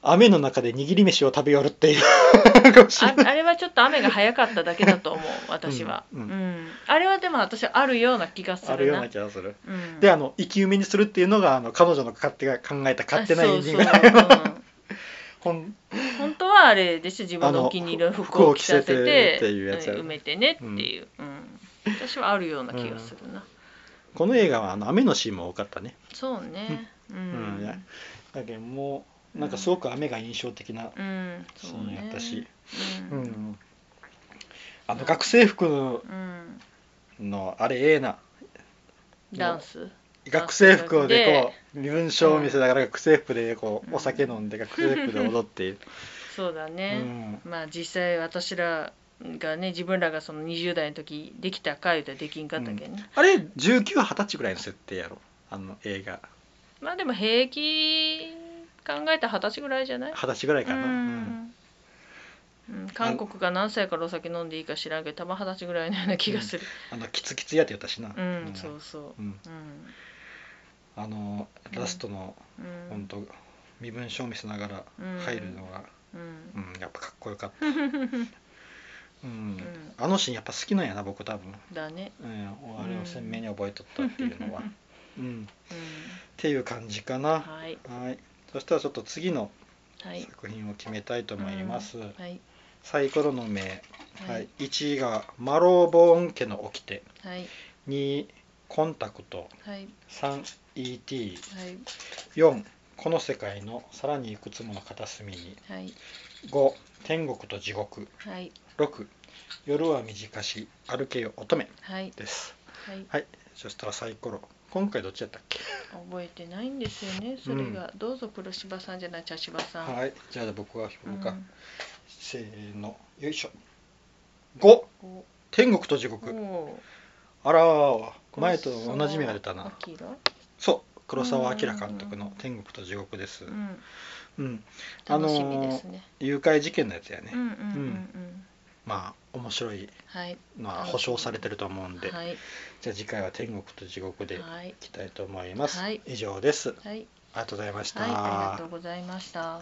Speaker 1: 雨の中で握り飯を食べよるっていう かもしれ
Speaker 2: あ
Speaker 1: ない
Speaker 2: あれはちょっと雨が早かっただけだと思う私は、
Speaker 1: う
Speaker 2: うんん
Speaker 1: うん
Speaker 2: あれはでも私はあるような気がするな
Speaker 1: あるような気がする
Speaker 2: うん
Speaker 1: であの生き埋めにするっていうのがあの彼女の勝手が考えた勝手なエンディング
Speaker 2: そうそううん
Speaker 1: 本
Speaker 2: 本当はあれでしょ自分のお気に入りの服を着させ
Speaker 1: あの服を着せ
Speaker 2: て
Speaker 1: てっていうやつやろ
Speaker 2: うん埋めてねっていう、うん私はあるような気がするな、
Speaker 1: この映画はあの雨のシーンも多かったね
Speaker 2: そうねうん、
Speaker 1: うんいやだけどもうなんかすごく雨が印象的な
Speaker 2: うん
Speaker 1: シ
Speaker 2: そう
Speaker 1: ーン
Speaker 2: ね
Speaker 1: やったし、
Speaker 2: う、
Speaker 1: うんん
Speaker 2: うん
Speaker 1: あの学生服のあれええな
Speaker 2: ダンス
Speaker 1: 学生服でこう身分証を見せながら学生服でこうお酒飲んで学生服で踊っている、
Speaker 2: そうだ
Speaker 1: う
Speaker 2: ね、
Speaker 1: ん、
Speaker 2: まあ実際私らがね自分らがその20代の時できたか言うたらできんかったけんね、
Speaker 1: あれ1920歳ぐらいの設定やろあの映画
Speaker 2: まあでも平気考えた二十歳ぐらいじゃない
Speaker 1: 20歳ぐらいかな、う
Speaker 2: う
Speaker 1: ん
Speaker 2: んうん韓国が何歳からお酒飲んでいいか知らんけど多分二十歳ぐらいのような気がする
Speaker 1: あのキツキツやって言ったしな、
Speaker 2: うん、そうそ
Speaker 1: う
Speaker 2: う
Speaker 1: ん
Speaker 2: うん
Speaker 1: あの
Speaker 2: うん
Speaker 1: ラストの
Speaker 2: うん
Speaker 1: 本当身分証を見せながら入るのが、
Speaker 2: うん
Speaker 1: う
Speaker 2: うん
Speaker 1: やっぱかっこよか った、うん
Speaker 2: ん
Speaker 1: あのシーンやっぱ好きなんやな僕多分、
Speaker 2: だね
Speaker 1: うん、あれを鮮明に覚えとったっていうのは、うん、っ
Speaker 2: うん
Speaker 1: ていう感じかな
Speaker 2: はい
Speaker 1: はいそしたらちょっと次の
Speaker 2: はい
Speaker 1: 作品を決めたいと思います、
Speaker 2: はい
Speaker 1: サイコロの目、は
Speaker 2: はいい、
Speaker 1: 1位がマローボーン家の掟
Speaker 2: はい
Speaker 1: 2コンタクト
Speaker 2: はい
Speaker 1: 3ET
Speaker 2: はい
Speaker 1: 4この世界のさらにいくつもの片隅に
Speaker 2: はい
Speaker 1: 5天国と地獄
Speaker 2: はい
Speaker 1: 6夜は短し歩けよ乙女
Speaker 2: はい
Speaker 1: です
Speaker 2: はい
Speaker 1: はいそしたらサイコロ今回どっちやったっけ
Speaker 2: 覚えてないんですよねそれが、どうぞ黒柴さんじゃない茶柴さん、
Speaker 1: はいじゃあ僕が
Speaker 2: う
Speaker 1: 評
Speaker 2: ん、
Speaker 1: 価、せーのよいしょ5
Speaker 2: お
Speaker 1: 天国と地獄
Speaker 2: お
Speaker 1: あらー前と同じ目が出たな
Speaker 2: あきら
Speaker 1: そう黒澤明監督の「天国と地獄」です、
Speaker 2: うん
Speaker 1: うん、あの
Speaker 2: 楽
Speaker 1: ー
Speaker 2: しみですね、
Speaker 1: 誘拐事件のやつやね、
Speaker 2: うんうんうん
Speaker 1: う
Speaker 2: うんん
Speaker 1: まあ面白い
Speaker 2: はい
Speaker 1: のは保証されてると思うんで、
Speaker 2: はい
Speaker 1: じゃあ次回は天国と地獄でい
Speaker 2: はい
Speaker 1: きたいと思います、
Speaker 2: はい
Speaker 1: 以上です
Speaker 2: はい、
Speaker 1: ありがとうございました、
Speaker 2: はい、ありがとうございました。